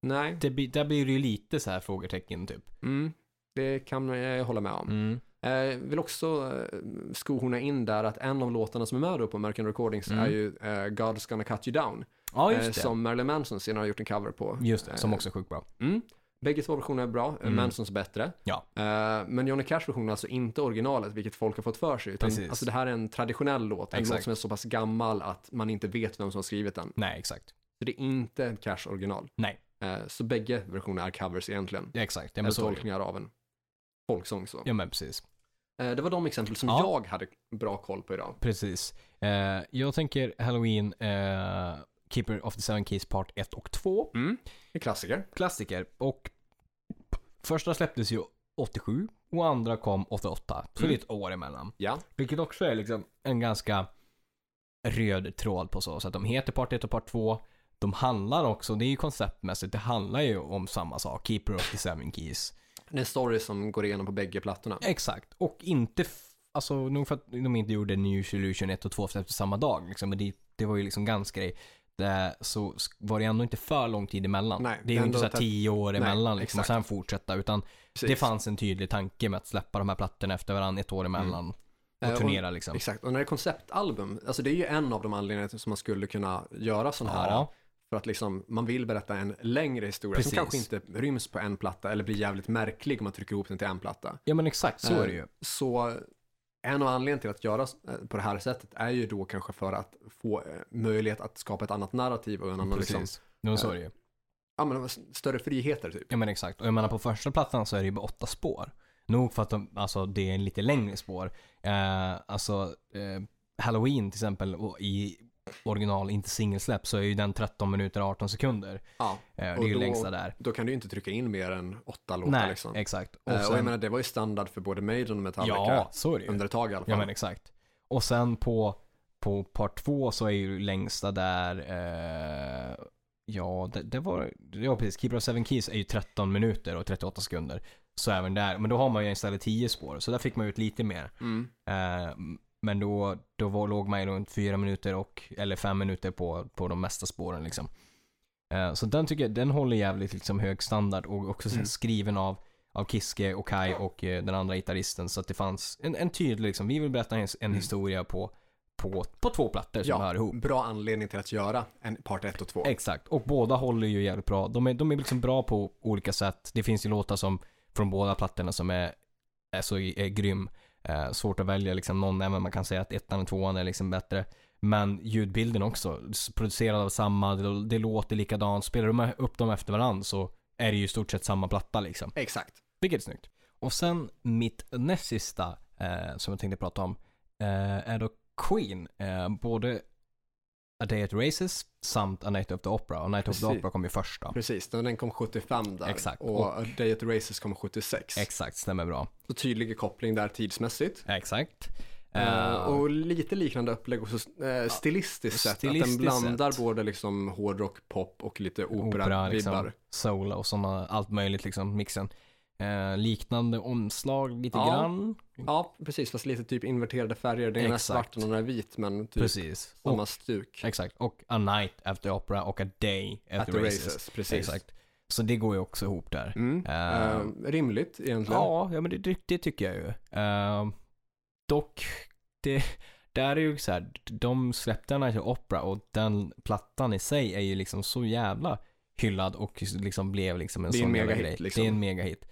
A: Nej,
B: Det, blir- där blir det ju lite så här frågetecken typ.
A: mm. det kan jag hålla med om.
B: Mm.
A: Eh, vill också eh, skohorna in där att en av låtarna som är med då på American Recordings
B: Mm.
A: är ju eh, God's gonna cut you down.
B: Ja,
A: eh,
B: just det.
A: som Marilyn Manson senare har gjort en cover på.
B: Just det, som
A: Eh,
B: också är sjukt bra.
A: Mm. Bägge två versioner är bra,
B: Mm.
A: mm. Mansons är bättre.
B: Ja.
A: Eh, men Johnny Cash version är alltså inte originalet, vilket folk har fått för sig. Utan,
B: Precis.
A: alltså det här är en traditionell låt, en
B: Exakt.
A: låt som är så pass gammal att man inte vet vem som har skrivit den.
B: Nej, exakt.
A: Så det är inte en Cash original.
B: Nej.
A: Eh, så bägge versioner är covers egentligen.
B: Exakt. Ja,
A: Eller
B: men, så, är det ju.
A: tolkningar av en folksång så.
B: ja, men precis.
A: Eh, det var de exempel som
B: Ja.
A: jag hade bra koll på idag.
B: Precis. Eh, jag tänker Halloween, eh, Keeper of the Seven Keys Part 1 och 2.
A: Mm. Det är klassiker.
B: Klassiker. Och första släpptes ju 87 och andra kom 88. Så det är ett år emellan.
A: Ja.
B: Vilket också är liksom en ganska röd tråd på så sätt. De heter Part 1 och Part 2. De handlar också, det är ju konceptmässigt, det handlar ju om samma sak. Keeper of the Seven Keys.
A: Det är en story som går igenom på bägge plattorna.
B: Exakt. Och inte, f- alltså nog för att de inte gjorde New Solution 1 och 2 efter samma dag liksom. Men det, det var ju liksom ganska grej. Där så sk- var det ändå inte för lång tid emellan.
A: Nej,
B: det är ju inte
A: ändå
B: så här
A: tä-
B: tio år
A: Nej,
B: emellan liksom, och
A: exakt.
B: sen fortsätta. Utan det
A: Precis.
B: fanns en tydlig tanke med att släppa de här plattorna efter varandra ett år emellan.
A: Eh,
B: Och
A: och-
B: turnera liksom.
A: Exakt, och när det är konceptalbum, alltså det är ju en av de anledningarna till som man skulle kunna göra sån här.
B: Ja.
A: För att liksom, man vill berätta en längre historia som
B: Precis.
A: kanske inte ryms på en platta eller blir jävligt märklig om man trycker ihop den till en platta.
B: ja men exakt, så
A: Eh,
B: är det ju.
A: Så en av anledningarna till att göra s- eh, på det här sättet är ju då kanske för att få eh, möjlighet att skapa ett annat narrativ och en annan liksom,
B: Precis. Jo, så är det ju.
A: ja, men, större friheter typ.
B: Ja men exakt. Och jag menar på första plattan så är det ju bara åtta spår. Nog för att de, alltså, det är lite längre spår. Eh, alltså eh, Halloween till exempel och i original, inte singelsläpp, så är ju den 13 minuter och 18 sekunder.
A: Ja.
B: Eh, det är
A: Och
B: ju
A: då-
B: längsta där.
A: Då kan du ju inte trycka in mer än åtta låtar
B: Nej,
A: liksom.
B: exakt. Och
A: Eh, och jag
B: sen-
A: menar det var ju standard för både Maiden och Metallica
B: ja, så är det ju.
A: under ett tag i alla fall.
B: Ja men exakt. Och sen på, på part två så är ju längsta där, eh, ja det, det var, ja precis, Keeper of Seven Keys är ju 13 minuter och 38 sekunder. Så även där, men då har man ju istället 10 spår, så där fick man ut lite mer.
A: mm.
B: Eh, men då, då var, låg man ju runt 4 minuter och, eller 5 minuter på, på de mesta spåren liksom. Eh, så den tycker jag, den håller jävligt liksom hög standard och också sen
A: Mm.
B: skriven av, av Kiske och Kai och eh, den andra gitarristen. Så att det fanns en, en tydlig liksom, vi vill berätta en, en historia på, på, på två plattor som
A: Mm. Ja.
B: hör ihop.
A: Bra anledning till att göra en part 1 och 2.
B: Exakt, och båda håller ju jävligt bra. De är, de är liksom bra på olika sätt. Det finns ju låtar som, från båda plattorna som är, är så är grym. Eh, svårt att välja liksom någon, även om man kan säga att ettan och tvåan är liksom bättre. Men ljudbilden också, s- producerad av samma, det, det låter likadant. Spelar de upp dem efter varandra så är det ju i stort sett samma platta liksom.
A: Exakt.
B: Vilket är snyggt. Och sen mitt näst sista, eh, som jag tänkte prata om, eh, är då Queen. Eh, både A Day at Races samt A Night of the Opera. Och Night of the
A: Precis.
B: Opera kom ju först då.
A: Precis, den den kom 75 där.
B: Exakt.
A: Och,
B: Och-
A: A Day at the Races kom 76.
B: Exakt, stämmer bra.
A: Så tydlig koppling där tidsmässigt.
B: Exakt.
A: Eh,
B: Eh,
A: och lite liknande upplägg också eh, stilistiskt sett.
B: stilistiskt
A: att den blandar
B: sett.
A: både liksom hårdrock, pop och lite opera,
B: liksom,
A: vibbar.
B: soul och sådana, allt möjligt liksom, mixen. Eh, liknande omslag lite
A: Ja,
B: grann.
A: Ja, precis. Fast lite typ inverterade färger. Den ena är
B: Exakt.
A: svart och den andra är vit, men typ
B: Precis.
A: samma
B: Och,
A: stuk.
B: exakt. Och A Night After Opera och A Day After,
A: At the races. precis.
B: Exakt. Så det går ju också ihop där.
A: Mm.
B: Eh,
A: Eh, rimligt egentligen.
B: Ja, ja men det, det, det tycker jag ju. Ehm, dock, det, där är ju så här, de släppte Night of Opera och den plattan i sig är ju liksom så jävla hyllad och liksom blev liksom en
A: Det är en
B: sån jävla
A: megahit,
B: grej.
A: liksom.
B: Det är en megahit.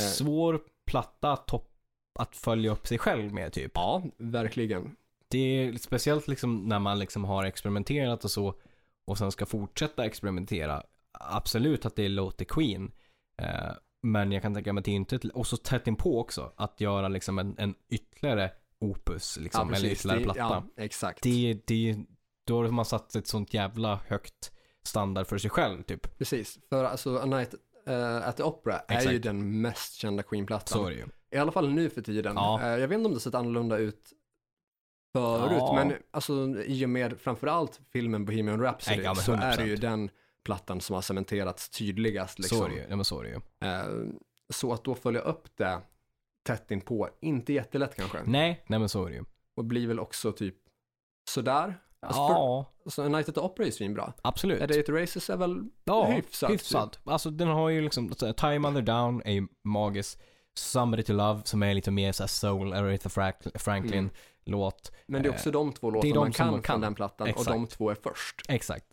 A: Eh.
B: Svår platta att topp, att följa upp sig själv med typ.
A: ja, verkligen.
B: Det är speciellt liksom när man liksom har experimenterat och så och sen ska fortsätta experimentera. Absolut att det låter Queen. Eh, men jag kan tänka mig att det är inte, ett- och så tätt inpå också, att göra liksom en, en ytterligare opus liksom, eller
A: precis.
B: ytterligare
A: Det-
B: platta.
A: Ja, exakt.
B: Det, det, då har man satt ett sånt jävla högt standard för sig själv typ.
A: Precis, för alltså A Night eh, at the Opera är
B: Exakt.
A: ju den mest kända Queen-plattan.
B: Så är det ju.
A: I alla fall nu för tiden.
B: Ja.
A: Eh, jag vet inte om det sett annorlunda ut förut,
B: Ja.
A: men alltså, i och med framförallt filmen Bohemian Rhapsody
B: Ja, men
A: så är det
B: 100%.
A: ju den plattan som har cementerats tydligast. Liksom.
B: Så är det ju. Ja, men så är det ju.
A: Eh, så att då följa upp det tätt inpå, inte jättelätt kanske.
B: Nej, nej men så är det ju.
A: Och blir väl också typ sådär. Alltså,
B: Ja,
A: Så A Night at the Opera är ju svinbra.
B: absolut.
A: A Day at the Races är väl
B: Ja,
A: Hyfsat,
B: hyfsat. Alltså den har ju liksom, så här, Time Under Down är ju magisk. Somebody to Love som är lite mer såhär soul, Aretha Frank-
A: Mm.
B: Franklin-låt.
A: Men det är också de två låtarna
B: Eh, de
A: man
B: som
A: kan,
B: man kan.
A: från den plattan
B: Exakt. Eh.
A: och de två är först.
B: Exakt.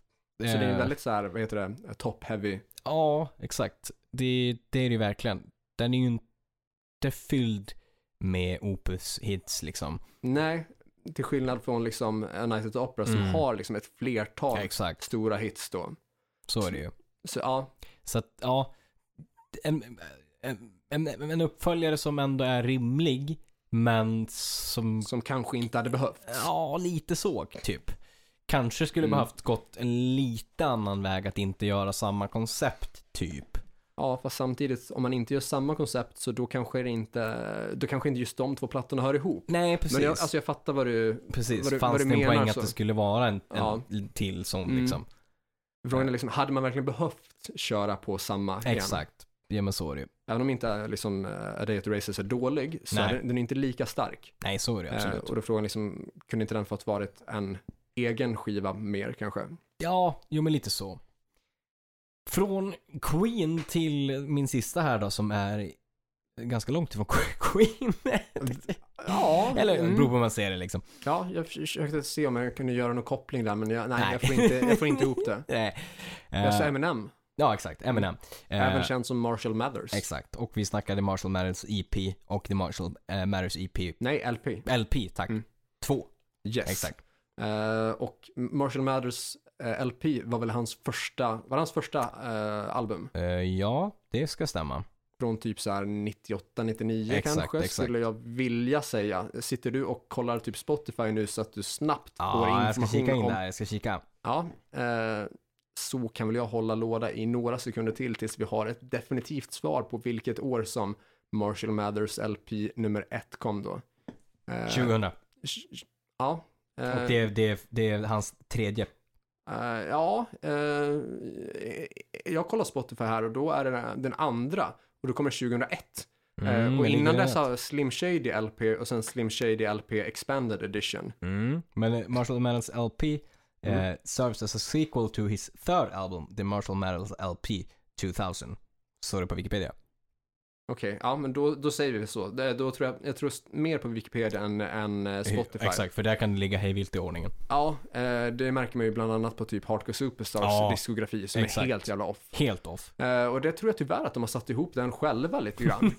A: Så det är väldigt så här, vad heter det, top-heavy.
B: Ja, exakt. Det, det är det ju verkligen. Den är ju inte fylld med opus-hits liksom.
A: Nej, till skillnad från liksom A Night at the Opera som
B: Mm.
A: har liksom ett flertal
B: Exakt,
A: stora hits då.
B: så är det ju.
A: Så ja,
B: Så att, ja. En, en, en, en uppföljare som ändå är rimlig, men som
A: som kanske inte hade behövts.
B: Ja, lite så typ. Kanske skulle
A: Mm.
B: behövt gått en lite annan väg att inte göra samma koncept typ.
A: Ja, fast samtidigt om man inte gör samma koncept så då kanske det inte, då kanske inte just de två plattorna hör ihop.
B: Nej, precis.
A: Men jag, alltså jag fattar vad du,
B: precis.
A: vad du-
B: Fanns
A: vad du
B: det en
A: menar
B: poäng att
A: så?
B: det skulle vara en,
A: Ja.
B: en till sån
A: Mm.
B: liksom?
A: frågan är liksom, hade man verkligen behövt köra på samma igen?
B: Exakt. Ja men så är det ju.
A: Även om inte liksom eh, A Day at the Races är dålig så
B: Nej.
A: är den, den är inte lika stark.
B: Nej, så är det
A: Eh,
B: absolut.
A: och då frågan liksom, kunde inte den fått varit en egen skiva mer kanske?
B: Ja, jo men lite så. Från Queen till min sista här då som är ganska långt ifrån Queen.
A: Ja,
B: Eller
A: mm.
B: beror på hur man ser det liksom.
A: ja, jag försökte se om jag kunde göra någon koppling där, men jag, nej,
B: Nej.
A: Jag, får inte, jag får inte ihop det.
B: Nej.
A: Jag sa
B: Eh,
A: Eminem,
B: ja, exakt. Eminem. Eh,
A: även känd som Marshall Mathers.
B: Exakt, och vi snackade Marshall Mathers EP och The Marshall eh, Mathers EP.
A: nej, LP.
B: LP, tack.
A: Mm.
B: Två,
A: Yes.
B: exakt.
A: Eh, och Marshall Mathers eh, LP var väl hans första, var hans första eh, album?
B: Eh, ja, det ska stämma.
A: Från typ så här 98, 99
B: Exakt,
A: kanske
B: exakt.
A: skulle jag vilja säga. Sitter du och kollar typ Spotify nu så att du snabbt får
B: Ja, jag ska
A: information
B: kika in
A: om
B: där. Jag ska kika.
A: Ja, eh, så kan väl jag hålla låda i några sekunder till tills vi har ett definitivt svar på vilket år som Marshall Mathers LP nummer ett kom då. Eh,
B: 2000. Och
A: tj- Ja. eh,
B: det, är- det, är- det är hans tredje.
A: eh, ja, eh, jag kollar Spotify här och då är det den andra och då kommer 2001. Eh,
B: Mm,
A: och
B: men
A: innan
B: ligger
A: dess
B: rätt.
A: har Slim Shady LP och sen Slim Shady LP Expanded Edition.
B: Mm. Men eh, Marshall Mathers LP eh,
A: Mm.
B: serves as a sequel to his third album, The Marshall Mathers LP 2000. Står det på Wikipedia.
A: Okej, ja men då, då säger vi så. Det, då tror jag, jag tror mer på Wikipedia än, än eh, Spotify.
B: Exakt, för där kan det ligga hejvilt i ordningen.
A: Ja, eh, det märker man ju bland annat på typ Hardcore Superstars
B: Ja,
A: diskografi som
B: exakt.
A: är helt jävla off.
B: Helt off.
A: Eh, och det tror jag tyvärr att de har satt ihop den själva lite grann.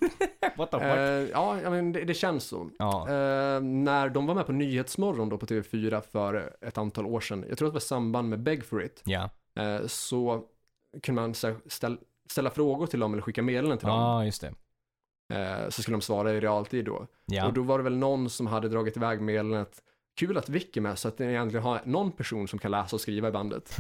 B: What the
A: eh, ja, jag men det, det känns så.
B: Ja,
A: Eh, när de var med på Nyhetsmorgon då på TV4 för ett antal år sedan, jag tror att det var i samband med Beg for It,
B: ja.
A: eh, så kunde man så här ställ, ställa frågor till dem eller skicka meddelanden till
B: Ja,
A: dem.
B: just det.
A: Eh, så skulle de svara i realtid då.
B: Ja.
A: Och då var det väl någon som hade dragit iväg meddelandet Kul att Vicky är med så att ni egentligen har någon person som kan läsa och skriva i bandet.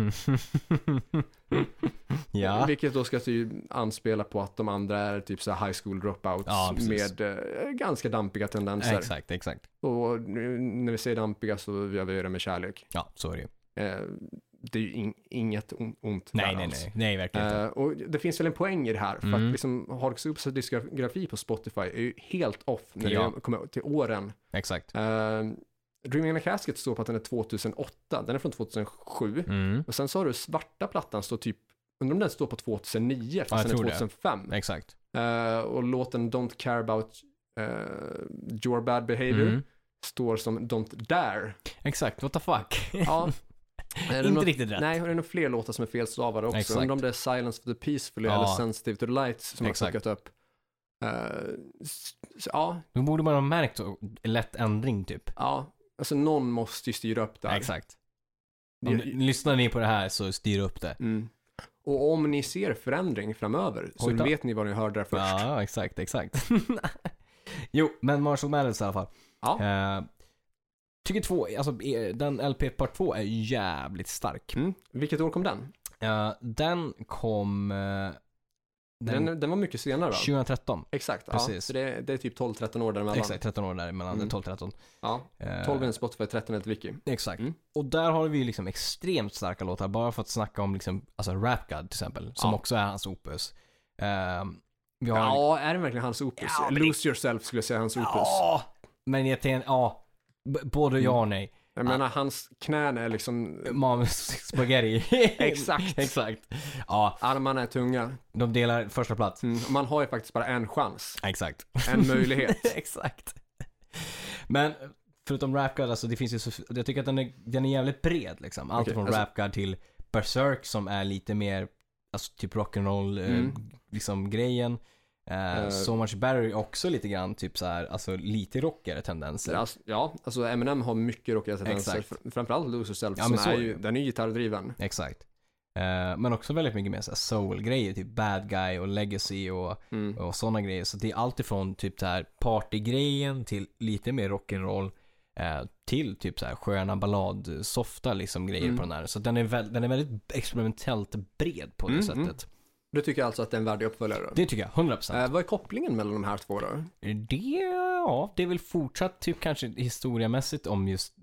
B: ja.
A: Vilket då ska typ anspela på att de andra är typ så här high school dropouts
B: Ja, precis.
A: med eh, ganska dampiga tendenser.
B: Exakt, exakt.
A: Och nu, när vi säger dampiga så gör vi det med kärlek.
B: Ja, så är det ju.
A: Eh, det är ju in, inget on- ont
B: Nej,
A: där
B: nej,
A: alls.
B: nej. Nej, verkligen inte.
A: Eh, och det finns väl en poäng i det här, för
B: Mm.
A: att liksom Harksoops diskografi på Spotify är ju helt off när
B: Ja.
A: det kommer till åren.
B: Exakt.
A: Eh, Dreaming in a Casket står på att den är 2008, den är från 2007.
B: Mm.
A: Och sen så har du svarta plattan står typ, undrar om den står på 2009, fast
B: jag
A: den är
B: tror det.
A: 2005.
B: Exakt.
A: Eh, och låten Don't Care About eh, Your Bad Behavior
B: Mm.
A: står som Don't Dare.
B: Exakt, what the fuck.
A: Ja. Är det
B: inte
A: något-
B: riktigt rätt.
A: Nej, och det är nog fler låtar som är felstavade också.
B: Exakt.
A: Undrar om det är Silence for the Peaceful
B: Ja.
A: eller Sensitive to the Lights som
B: Exakt.
A: har fuckat upp. Eh, s- s- ja,
B: Då borde man ha märkt och- lätt ändring typ.
A: ja. Alltså någon måste ju styra upp det här.
B: Exakt. Om,
A: Det-
B: ni- lyssnar ni på det här så styr upp det.
A: Mm. Och om ni ser förändring framöver så
B: Oj då.
A: vet ni vad ni hörde där först.
B: Ja, exakt, exakt. jo, men Marshall Mathers i alla fall.
A: Ja.
B: Eh, tycker två, alltså eh, den LP part 2 är jävligt stark.
A: Mm. Vilket år kom den?
B: Eh, den kom... eh, den,
A: Den, den, var mycket senare va?
B: 2013.
A: Exakt, ja.
B: Precis.
A: Så det, det är typ 12-13 år däremellan.
B: Exakt, 13 år däremellan.
A: Mm.
B: 12-13.
A: Ja.
B: Eh,
A: 12 är en Spotify, 13 är ett wiki.
B: Exakt.
A: Mm.
B: Och där har vi ju liksom extremt starka låtar. Bara för att snacka om liksom, alltså Rap God till exempel, som
A: Ja.
B: också är hans opus. Ehm, vi har
A: Ja, är det verkligen hans opus?
B: Ja, men det-
A: Lose yourself skulle jag säga är hans opus.
B: Ja, men jag tänker, ja. B- både ja
A: Mm.
B: och nej.
A: Jag menar, hans knän är liksom,
B: Mom spaghetti.
A: Exakt.
B: Exakt. Ja,
A: armarna är tunga.
B: de delar första plats.
A: Mm. Man har ju faktiskt bara en chans,
B: Exakt.
A: en möjlighet.
B: Exakt. Men förutom Rap God, alltså det finns ju så, jag tycker att den är, den är jävligt bred liksom. Allt
A: Okej,
B: från
A: alltså-
B: Rap God till Berserk som är lite mer, alltså typ rock'n'roll eh,
A: Mm.
B: liksom grejen. Eh,
A: Eh.
B: so Much Better är också lite grann typ så här, alltså lite rockigare tendenser.
A: Alltså, ja, alltså Eminem har mycket rockiga tendenser.
B: Exakt.
A: Fr- Framförallt Lose yourself,
B: Ja,
A: som
B: men så
A: är
B: är
A: ju,
B: det.
A: den är ju gitarrdriven.
B: Exakt. Eh, men också väldigt mycket mer så här soul-grejer, typ bad guy och legacy och,
A: Mm.
B: och sådana grejer. Så det är allt ifrån typ det här partygrejen till lite mer rock'n'roll eh, till typ så här sköna ballad, softa liksom grejer
A: Mm.
B: på den här. Så den är, väl, den är väldigt experimentellt bred på det
A: Mm, mm.
B: sättet.
A: Du tycker alltså att det är en värdig uppföljare?
B: Det tycker jag, 100%.
A: Eh, vad är kopplingen mellan de här två då?
B: Det, ja, det är väl fortsatt typ kanske historiemässigt om just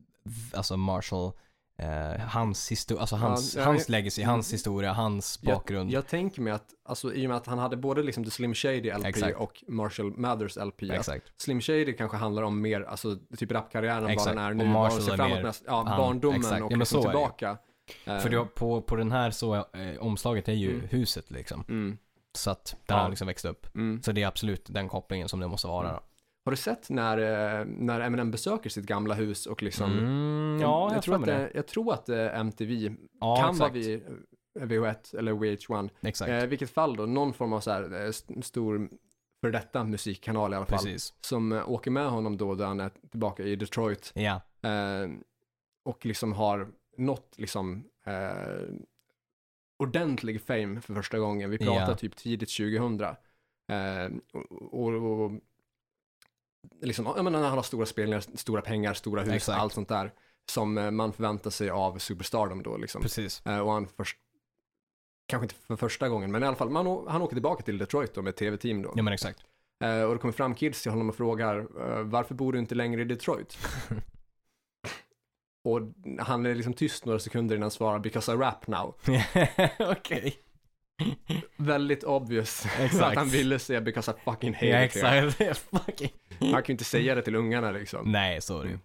B: alltså Marshall, eh, hans, histor- alltså hans,
A: Ja, ja, jag-
B: hans legacy, hans historia, hans bakgrund.
A: Jag, jag tänker mig att, alltså i och med att han hade både liksom The Slim Shady LP
B: Exakt.
A: och Marshall Mathers LP. att
B: Exakt.
A: Slim Shady kanske handlar om mer, alltså typ rapkarriären, än vad
B: Exakt.
A: den är
B: Och
A: nu, vad
B: Marshall
A: den ser
B: är
A: framåt
B: mer
A: mest, ja,
B: han.
A: barndomen
B: Exakt. Ja,
A: och
B: men
A: liksom
B: så är det ju.
A: tillbaka. Eh,
B: För då, på, på den här så, eh, omslaget är ju
A: Mm.
B: huset liksom.
A: mm,
B: Så att där
A: Ja.
B: har han liksom växt upp.
A: mm.
B: Så det är absolut den kopplingen som det måste vara. Då.
A: Har du sett när, eh, när Eminem besöker sitt gamla hus och liksom,
B: Mm, ja, jag,
A: tror att
B: det.
A: det, jag tror att eh, MTV
B: Ja,
A: kan
B: exakt.
A: vara vid eh, VH1 eller VH1.
B: Exakt,
A: Eh, vilket fall då, någon form av så här, eh, st- stor för detta musikkanal i alla fall.
B: precis.
A: Som eh, åker med honom då, då han är tillbaka i Detroit.
B: Ja,
A: Eh, och liksom har nått liksom eh, ordentlig fame för första gången. Vi
B: Ja.
A: pratar typ tidigt 2000. Eh, och, och, och liksom, jag menar, när han har stora spelningar, stora pengar, stora hus,
B: Exakt.
A: allt sånt där. Som eh, man förväntar sig av Superstardom då liksom.
B: Precis.
A: Eh, Och han först, kanske inte för första gången, men i alla fall, man, å- han åker tillbaka till Detroit då med ett tv-team då.
B: Ja men exakt.
A: Eh, Och det kommer fram kids till honom och frågar, eh, varför bor du inte längre i Detroit? och han är liksom tyst några sekunder innan han svarar, because I rap now.
B: Okej.
A: Väldigt obvious att
B: Exakt.
A: han ville säga because I fucking hate
B: Ja
A: it here.
B: exakt. Fucking.
A: Han kan ju inte säga det till ungarna liksom.
B: Nej, så är det ju.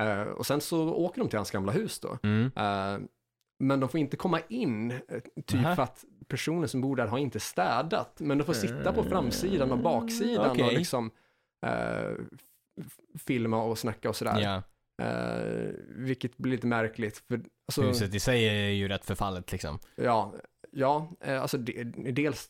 A: Eh, Och sen så åker de till hans gamla hus då.
B: Mm.
A: Eh, Men de får inte komma in, eh, typ
B: Nähä.
A: för att personen som bor där har inte städat. Men de får sitta på framsidan och baksidan och
B: Eh. Okej.
A: liksom eh, f- filma och snacka och sådär.
B: Ja,
A: Eh, vilket blir lite märkligt. För, alltså,
B: huset i sig är ju rätt förfallet liksom.
A: ja, ja eh, alltså de, dels,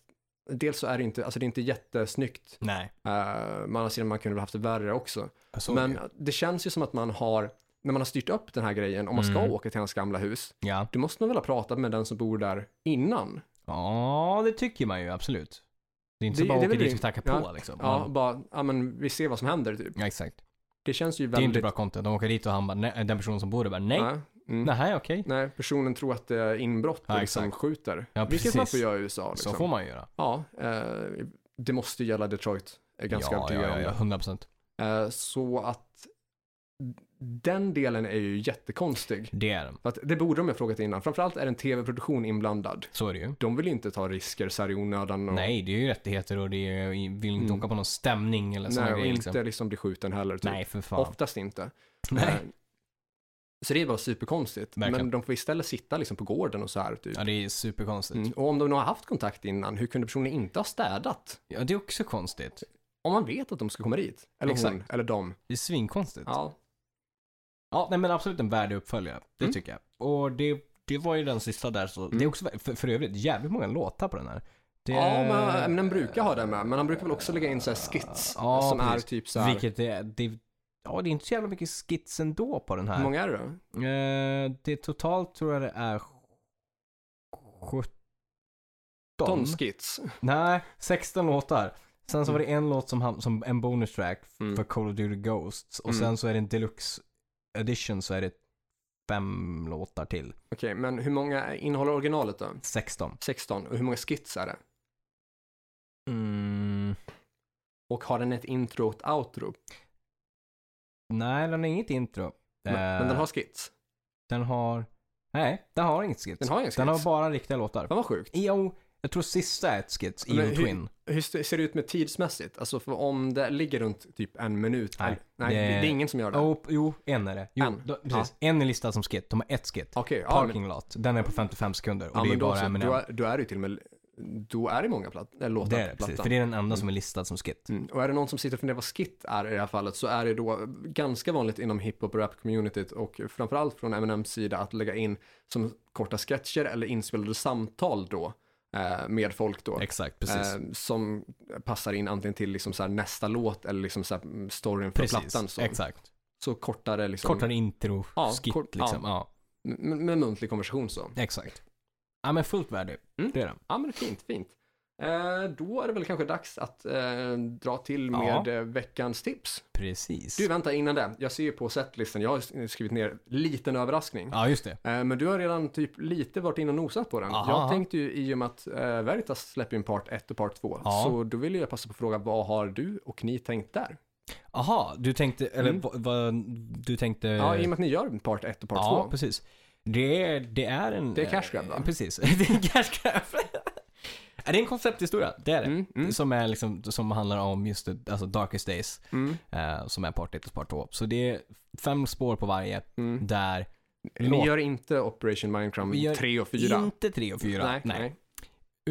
A: dels så är det inte, alltså det är inte jättesnyggt.
B: Nej.
A: Uh, man sidan man kunde väl haft det värre också.
B: Jag såg
A: Men
B: det.
A: det känns ju som att man har, när man har styrt upp den här grejen, om man ska
B: Mm.
A: åka till hans gamla hus,
B: Ja.
A: du måste nog väl ha pratat med den som bor där innan?
B: Ja, det tycker man ju absolut. Det är inte
A: Det-
B: så bara
A: det är
B: åker
A: väl
B: dit
A: det-
B: och tacka
A: ja.
B: på liksom.
A: Ja, bara, ja men vi ser vad som händer typ.
B: Ja, exakt.
A: Det känns ju
B: Det är
A: väldigt...
B: inte bra content. De åker dit och han bara, nej, den personen som bor där bara, nej.
A: Nej. Mm. Nej.
B: Nej, okej.
A: personen tror att det är inbrott och
B: Ja,
A: liksom
B: exakt.
A: skjuter.
B: Ja,
A: Vilket man
B: precis.
A: får göra i USA. Liksom.
B: Så får man ju göra.
A: Ja, eh, det måste ju gälla Detroit. Är ganska
B: ja, ja,
A: övertygad
B: ja,
A: om
B: ja,
A: det.
B: 100 procent.
A: Eh, så att den delen är ju jättekonstig.
B: Det är den.
A: För att det borde de ha frågat innan. Framförallt är en tv-produktion inblandad.
B: Så är det ju.
A: De vill ju inte ta risker så här i onödan. Och,
B: Nej, det är ju rättigheter och det är ju, vill inte
A: Mm.
B: åka på någon stämning eller sådana
A: nej, och
B: grejer.
A: inte
B: Liksom.
A: liksom. bli skjuten heller. Typ.
B: Nej, för fan.
A: Oftast inte. Eh,
B: Nej.
A: Så det är bara superkonstigt.
B: Verkligen.
A: Men de får istället sitta liksom på gården och så här. Typ.
B: Ja, det är superkonstigt.
A: Mm. Och om de nu har haft kontakt innan, hur kunde personen inte ha städat?
B: Ja, det är också konstigt.
A: Om man vet att de ska komma dit. Eller hon,
B: Exakt.
A: eller dem.
B: Det är svinkonstigt. Ja,
A: Ja.
B: nej men absolut en värdig uppföljare. Det
A: Mm.
B: tycker jag. Och det, det var ju den sista där så. Det är också, för, för övrigt, jävligt många låtar på den här. Det
A: ja, men, men den brukar ha det med. Men han brukar väl också lägga in så här skits.
B: Ja,
A: som är
B: precis.
A: typ så här.
B: Vilket är, det, ja det är inte så jävla mycket skits ändå på den här.
A: Hur många är det då?
B: Eh, det totalt tror jag det är 17.
A: Ton skits.
B: Nej, 16 låtar. Sen så var det en låt som, ham- som en bonus track f-
A: Mm.
B: för Call of Duty Ghosts. Och
A: Mm.
B: sen så är det en deluxe edition så är det fem låtar till.
A: Okej, men hur många innehåller originalet då?
B: 16.
A: 16. Och hur många skits är det?
B: Mm.
A: Och har den ett intro och ett outro?
B: Nej, den har inget intro.
A: Men,
B: Eh,
A: men den har skits.
B: den har... Nej, den har inget skits.
A: Den har inga skits.
B: Den har bara riktiga låtar.
A: Fan vad sjukt.
B: Jo, jag tror sista är ett skits,
A: Men
B: Evil
A: hur-
B: Twin.
A: Hur st- ser det ut med tidsmässigt? Alltså för om det ligger runt typ en minut.
B: Nej,
A: eller- nej det,
B: det-
A: det är ingen som gör det.
B: Oh, jo, en är det. Jo,
A: En?
B: Då, precis. En är listad som skit. De har ett skit.
A: Okej, ja, men,
B: Parking Lot. Den är på 55 sekunder och
A: ja,
B: det är
A: men
B: ju
A: då,
B: bara
A: så,
B: Eminem.
A: då, är- då är det ju till och med, då är det många plat- äh, låtar
B: Det är
A: på
B: det, precis.
A: plattan.
B: För det är den enda som är listad som skit.
A: Mm. Och är det någon som sitter och funderar vad skit är i det här fallet så är det då ganska vanligt inom hiphop och rap-communityt och framförallt från Eminems sida att lägga in som korta sketcher eller inspelade samtal då eh, med folk då.
B: Exakt, precis.
A: Eh, som passar in antingen till liksom så här nästa låt eller liksom så här storyn för plattan.
B: precis,
A: Så,
B: exakt.
A: så kortare liksom.
B: Kortare intro,
A: Ja,
B: skit
A: kort- ja.
B: liksom. Ja.
A: med, med muntlig konversation så.
B: exakt. Ja men fullt värdig.
A: Mm.
B: Det är den.
A: Ja men fint, fint. Eh, då är det väl kanske dags att eh, dra till
B: Ja.
A: med eh, veckans tips.
B: Precis.
A: Du vänta innan det, jag ser ju på setlisten, jag har skrivit ner liten överraskning.
B: Ja, just det.
A: Eh, men du har redan typ lite varit inne och nosat på den.
B: Aha.
A: Jag tänkte ju i och med att eh, Veritas släpper in part 1 och part 2,
B: Ja.
A: så då ville jag passa på att fråga vad har du och ni tänkt där?
B: Aha, du tänkte, eller
A: Mm.
B: vad, vad, du tänkte...
A: Ja, i och med att ni gör part 1 och part 2.
B: Eh. Ja, precis. Det är, det är en... eh,
A: Det är cash grab, va?
B: Precis. Det är en cash grab. Ja, Det är en koncepthistoria, det är det.
A: Mm, mm.
B: Som, är liksom, som handlar om just det, alltså Darkest Days,
A: Mm,
B: eh, som är part 1 och part 2. Så det är fem spår på varje,
A: mm.
B: där
A: Ni
B: låt-
A: gör inte Operation Minecraft
B: Vi gör
A: 3 och 4?
B: inte 3 och 4.
A: Nej, nej.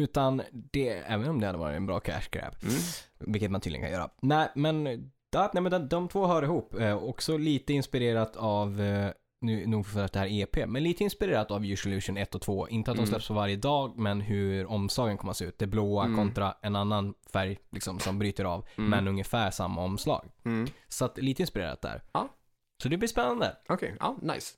B: Utan det, även om det hade varit en bra cash grab,
A: Mm.
B: vilket man tydligen kan göra. Nej, men, da, nej, men de, de två hör ihop. Eh, också lite inspirerat av, eh, nu, nog för att det här är EP, men lite inspirerat av Usolution 1 och 2. Inte att de
A: Mm.
B: släpps på varje dag, men hur omslagen kommer att se ut. Det blåa
A: Mm.
B: kontra en annan färg liksom, som bryter av,
A: Mm.
B: men ungefär samma omslag.
A: Mm.
B: Så att, lite inspirerat där.
A: Ja.
B: Så det blir spännande.
A: Okej, ja, nice.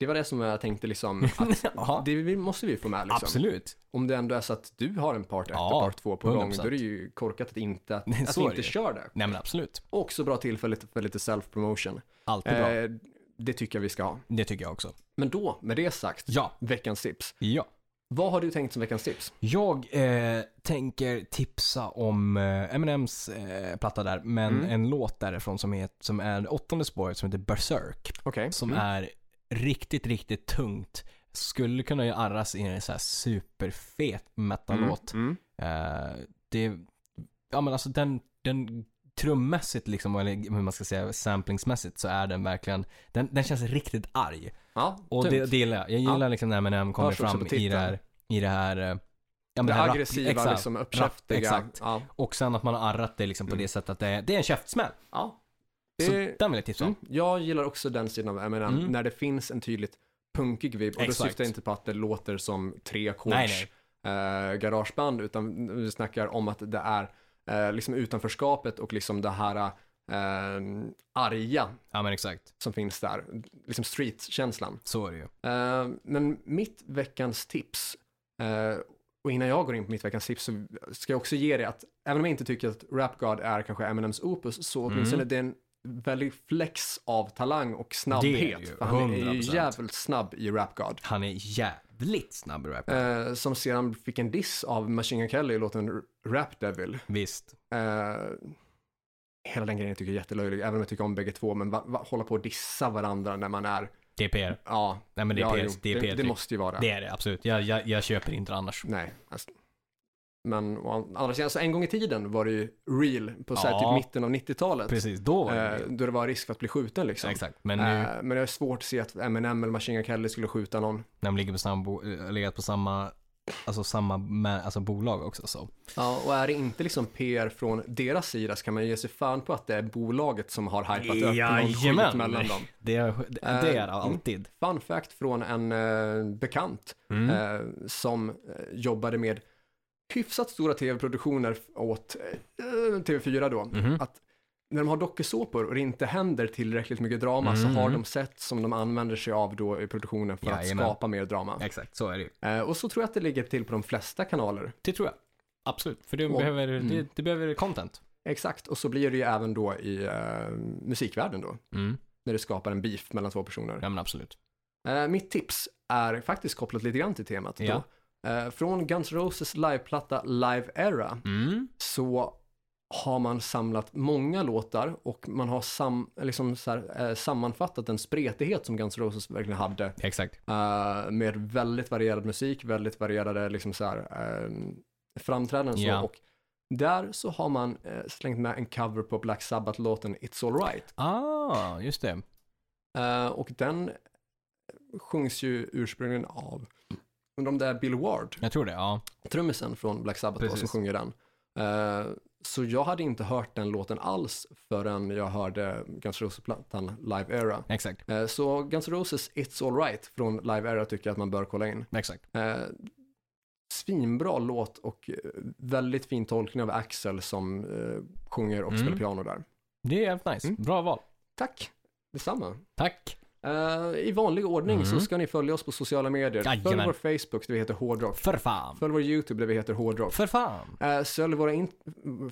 A: Det var det som jag tänkte liksom, att
B: Ja,
A: det vi- måste vi få med liksom.
B: absolut.
A: Om det ändå är så att du har en part 1 och
B: Ja,
A: part 2 på gång,
B: 100%.
A: då är det ju korkat att inte, att,
B: Nej,
A: att
B: så
A: vi
B: är
A: inte
B: det ju.
A: kör det.
B: Nej men absolut.
A: Också bra tillfälle för lite self-promotion.
B: Alltid bra.
A: Eh, det tycker jag vi ska ha.
B: Det tycker jag också.
A: Men då, med det sagt,
B: Ja.
A: veckans tips.
B: Ja.
A: Vad har du tänkt som veckans tips?
B: Jag eh, tänker tipsa om eh, Eminems eh, platta där, men
A: Mm.
B: en låt därifrån som är, som är det åttonde spåret som heter Berserk.
A: Okej.
B: Som är riktigt, riktigt tungt. Skulle kunna ju arras i en så här superfet metal-låt.
A: Mm.
B: Eh, det, ja men alltså den, den trummässigt liksom, eller hur man ska säga, samplingsmässigt så är den verkligen, den, den känns riktigt arg.
A: Ja,
B: Och
A: tungt.
B: det, det gillar jag. Jag gillar liksom när Eminem kommer
A: Hörs också
B: fram
A: på
B: i det
A: titeln.
B: här, i det här, eh, ja, men
A: det
B: här rap-
A: aggressiva,
B: exakt.
A: liksom uppkäftiga.
B: exakt.
A: Ja.
B: Och sen att man har arrat det liksom på det sättet att det är, det är en käftsmäll.
A: ja.
B: Så
A: Det,
B: den vill jag tipsa om.
A: mm. Jag gillar också den sidan av Eminem,
B: Mm.
A: när det finns en tydligt punkig vibb. Och då
B: Exakt.
A: syftar jag inte på att det låter som tre
B: Nej,
A: ackords
B: nej.
A: eh, garageband, utan vi snackar om att det är eh, liksom utanförskapet och liksom det här eh, arga
B: Ja men exakt.
A: som finns där. Liksom street-känslan.
B: Så är det ju.
A: Eh, men mitt veckans tips, eh, och innan jag går in på mitt veckans tips så ska jag också ge det att även om jag inte tycker att Rap God är kanske Eminems opus så
B: Mm.
A: åtminstone det är en väldig flex av talang och
B: Det är det
A: snabbhet.
B: ju,
A: för han är ju
B: 100%.
A: jävligt snabb i Rap God.
B: Han är jävligt snabb i rap.
A: Eh, som sedan fick en diss av Machine Gun Kelly i låten R- Rap Devil.
B: Visst.
A: Eh, hela den grejen tycker jag är jättelöjlig, även om jag tycker om bägge två, men va, va, hålla på och dissa varandra när man är,
B: Det är PR.
A: ja,
B: Nej men det är
A: ja,
B: PR.
A: jo,
B: det är typ.
A: det,
B: PR.
A: det måste ju vara.
B: Det är det absolut. Jag, jag, jag köper inte det annars.
A: Nej. Alltså. Men å an- andra sidan, alltså en gång i tiden var det ju real på så här,
B: Ja.
A: typ mitten av 90-talet.
B: Precis, då var det
A: eh, då det var risk för att bli skjuten liksom.
B: Exakt. Men nu
A: Eh, men det är svårt att se att Eminem eller Machine Gun Kelly skulle skjuta någon.
B: när de ligger på samma, eller legat på samma, alltså samma med, alltså bolag också så.
A: Ja, och är det inte liksom PR från deras sida så kan man ju ge sig fan på att det är bolaget som har hypat upp någon skit mellan dem.
B: Det är det, det är det
A: Eh,
B: alltid.
A: Fun fact från en eh, bekant
B: Mm.
A: eh, som eh, jobbade med hyfsat stora tv-produktioner åt eh, TV4 då.
B: Mhm.
A: Att när de har dokusåpor och det inte händer tillräckligt mycket drama så
B: Mhm.
A: har de sätt som de använder sig av då i produktionen för
B: Jajamän.
A: att skapa mer drama.
B: Exakt, så är det ju.
A: Eh, och så tror jag att det ligger till på de flesta kanaler.
B: Det tror jag. Absolut, för det,
A: Och-
B: behöver,
A: mm.
B: det, det behöver content.
A: Exakt, och så blir det ju även då i eh, musikvärlden då,
B: Mm.
A: när du skapar en beef mellan två personer.
B: Ja men absolut.
A: Eh, mitt tips är faktiskt kopplat lite grann till temat
B: Ja.
A: då. Eh, från Guns Roses liveplatta Live Era
B: Mm.
A: så har man samlat många låtar och man har sam, liksom så här, eh, sammanfattat den spretighet som Guns Roses verkligen hade
B: Exakt.
A: eh, med väldigt varierad musik, väldigt varierade liksom så här, eh, framträdanden och så.
B: Ja.
A: Och där så har man eh, slängt med en cover på Black Sabbath-låten It's Alright.
B: Ah, just det.
A: Eh, och den sjungs ju ursprungligen av, undrar om det är Bill Ward,
B: Jag tror det, ja.
A: trummisen från Black Sabbath då, som
B: Precis.
A: sjunger den. Eh, så jag hade inte hört den låten alls förrän jag hörde Guns Roses-plattan Live Era.
B: Exakt.
A: Eh, så Guns Roses It's Alright från Live Era tycker jag att man bör kolla in.
B: Exakt.
A: Eh, svinbra låt och eh, väldigt fin tolkning av Axel som eh, sjunger och
B: Mm.
A: spelar piano där.
B: Det är jävligt nice.
A: Mm.
B: Bra val.
A: Tack, detsamma.
B: Tack.
A: Eh, I vanlig ordning
B: Mm.
A: så ska ni följa oss på sociala medier. Följ
B: Jajamän.
A: vår Facebook där vi heter Hårdrock.
B: För fan.
A: Följ vår YouTube där vi heter Hårdrock.
B: För fan.
A: Eh, Följ våra, in-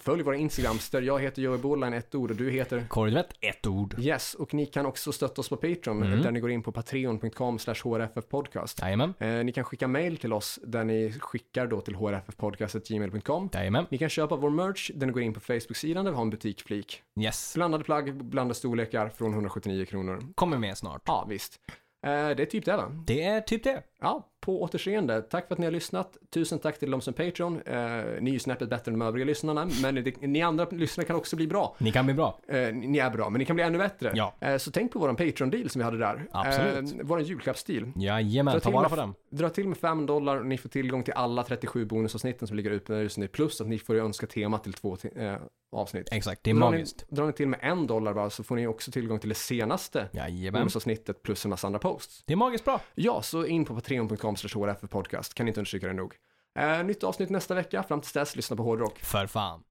A: följ våra Instagrams där jag heter Joey Borderline, ett ord och du heter
B: Korvett, ett ord.
A: Yes, och ni kan också stötta oss på Patreon
B: Mm.
A: där ni går in på patreon.com slash hrffpodcast.
B: Jajamän.
A: Eh, Ni kan skicka mail till oss där ni skickar då till hrffpodcast.gmail.com.
B: Jajamän.
A: Ni kan köpa vår merch där ni går in på Facebook-sidan där vi har en butikflik.
B: Yes.
A: Blandade plagg, blandade storlekar från 179 kronor.
B: Kommer med snart.
A: Ja, visst. Eh, Det är typ det va?
B: Det är typ det.
A: Ja, på återseende. Tack för att ni har lyssnat. Tusen tack till de som Patreon. Eh, ni är ju snäppet bättre än de övriga lyssnarna, men det, ni andra lyssnare kan också bli bra.
B: Ni kan bli bra.
A: Eh, ni är bra, men ni kan bli ännu bättre.
B: Ja.
A: Eh, så tänk på våran Patreon-deal som vi hade där.
B: Absolut.
A: Eh, vår julklappsdeal.
B: Jajamän, ta
A: till
B: vara
A: med-
B: på den.
A: Dra till med 5 dollar och ni får tillgång till alla 37 bonusavsnitten som ligger ute just nu. Plus att ni får ju önska tema till två te- eh, avsnitt.
B: Exakt, det är
A: drar, ni,
B: magiskt.
A: drar ni till med en dollar bara så får ni också tillgång till det senaste
B: Jajamän.
A: bonusavsnittet plus en massa andra posts.
B: Det är magiskt bra.
A: Ja, så in på patreon.com för podcast. Kan inte understryka det nog. Eh, nytt avsnitt nästa vecka. Fram tills dess, lyssna på hårdrock.
B: För fan.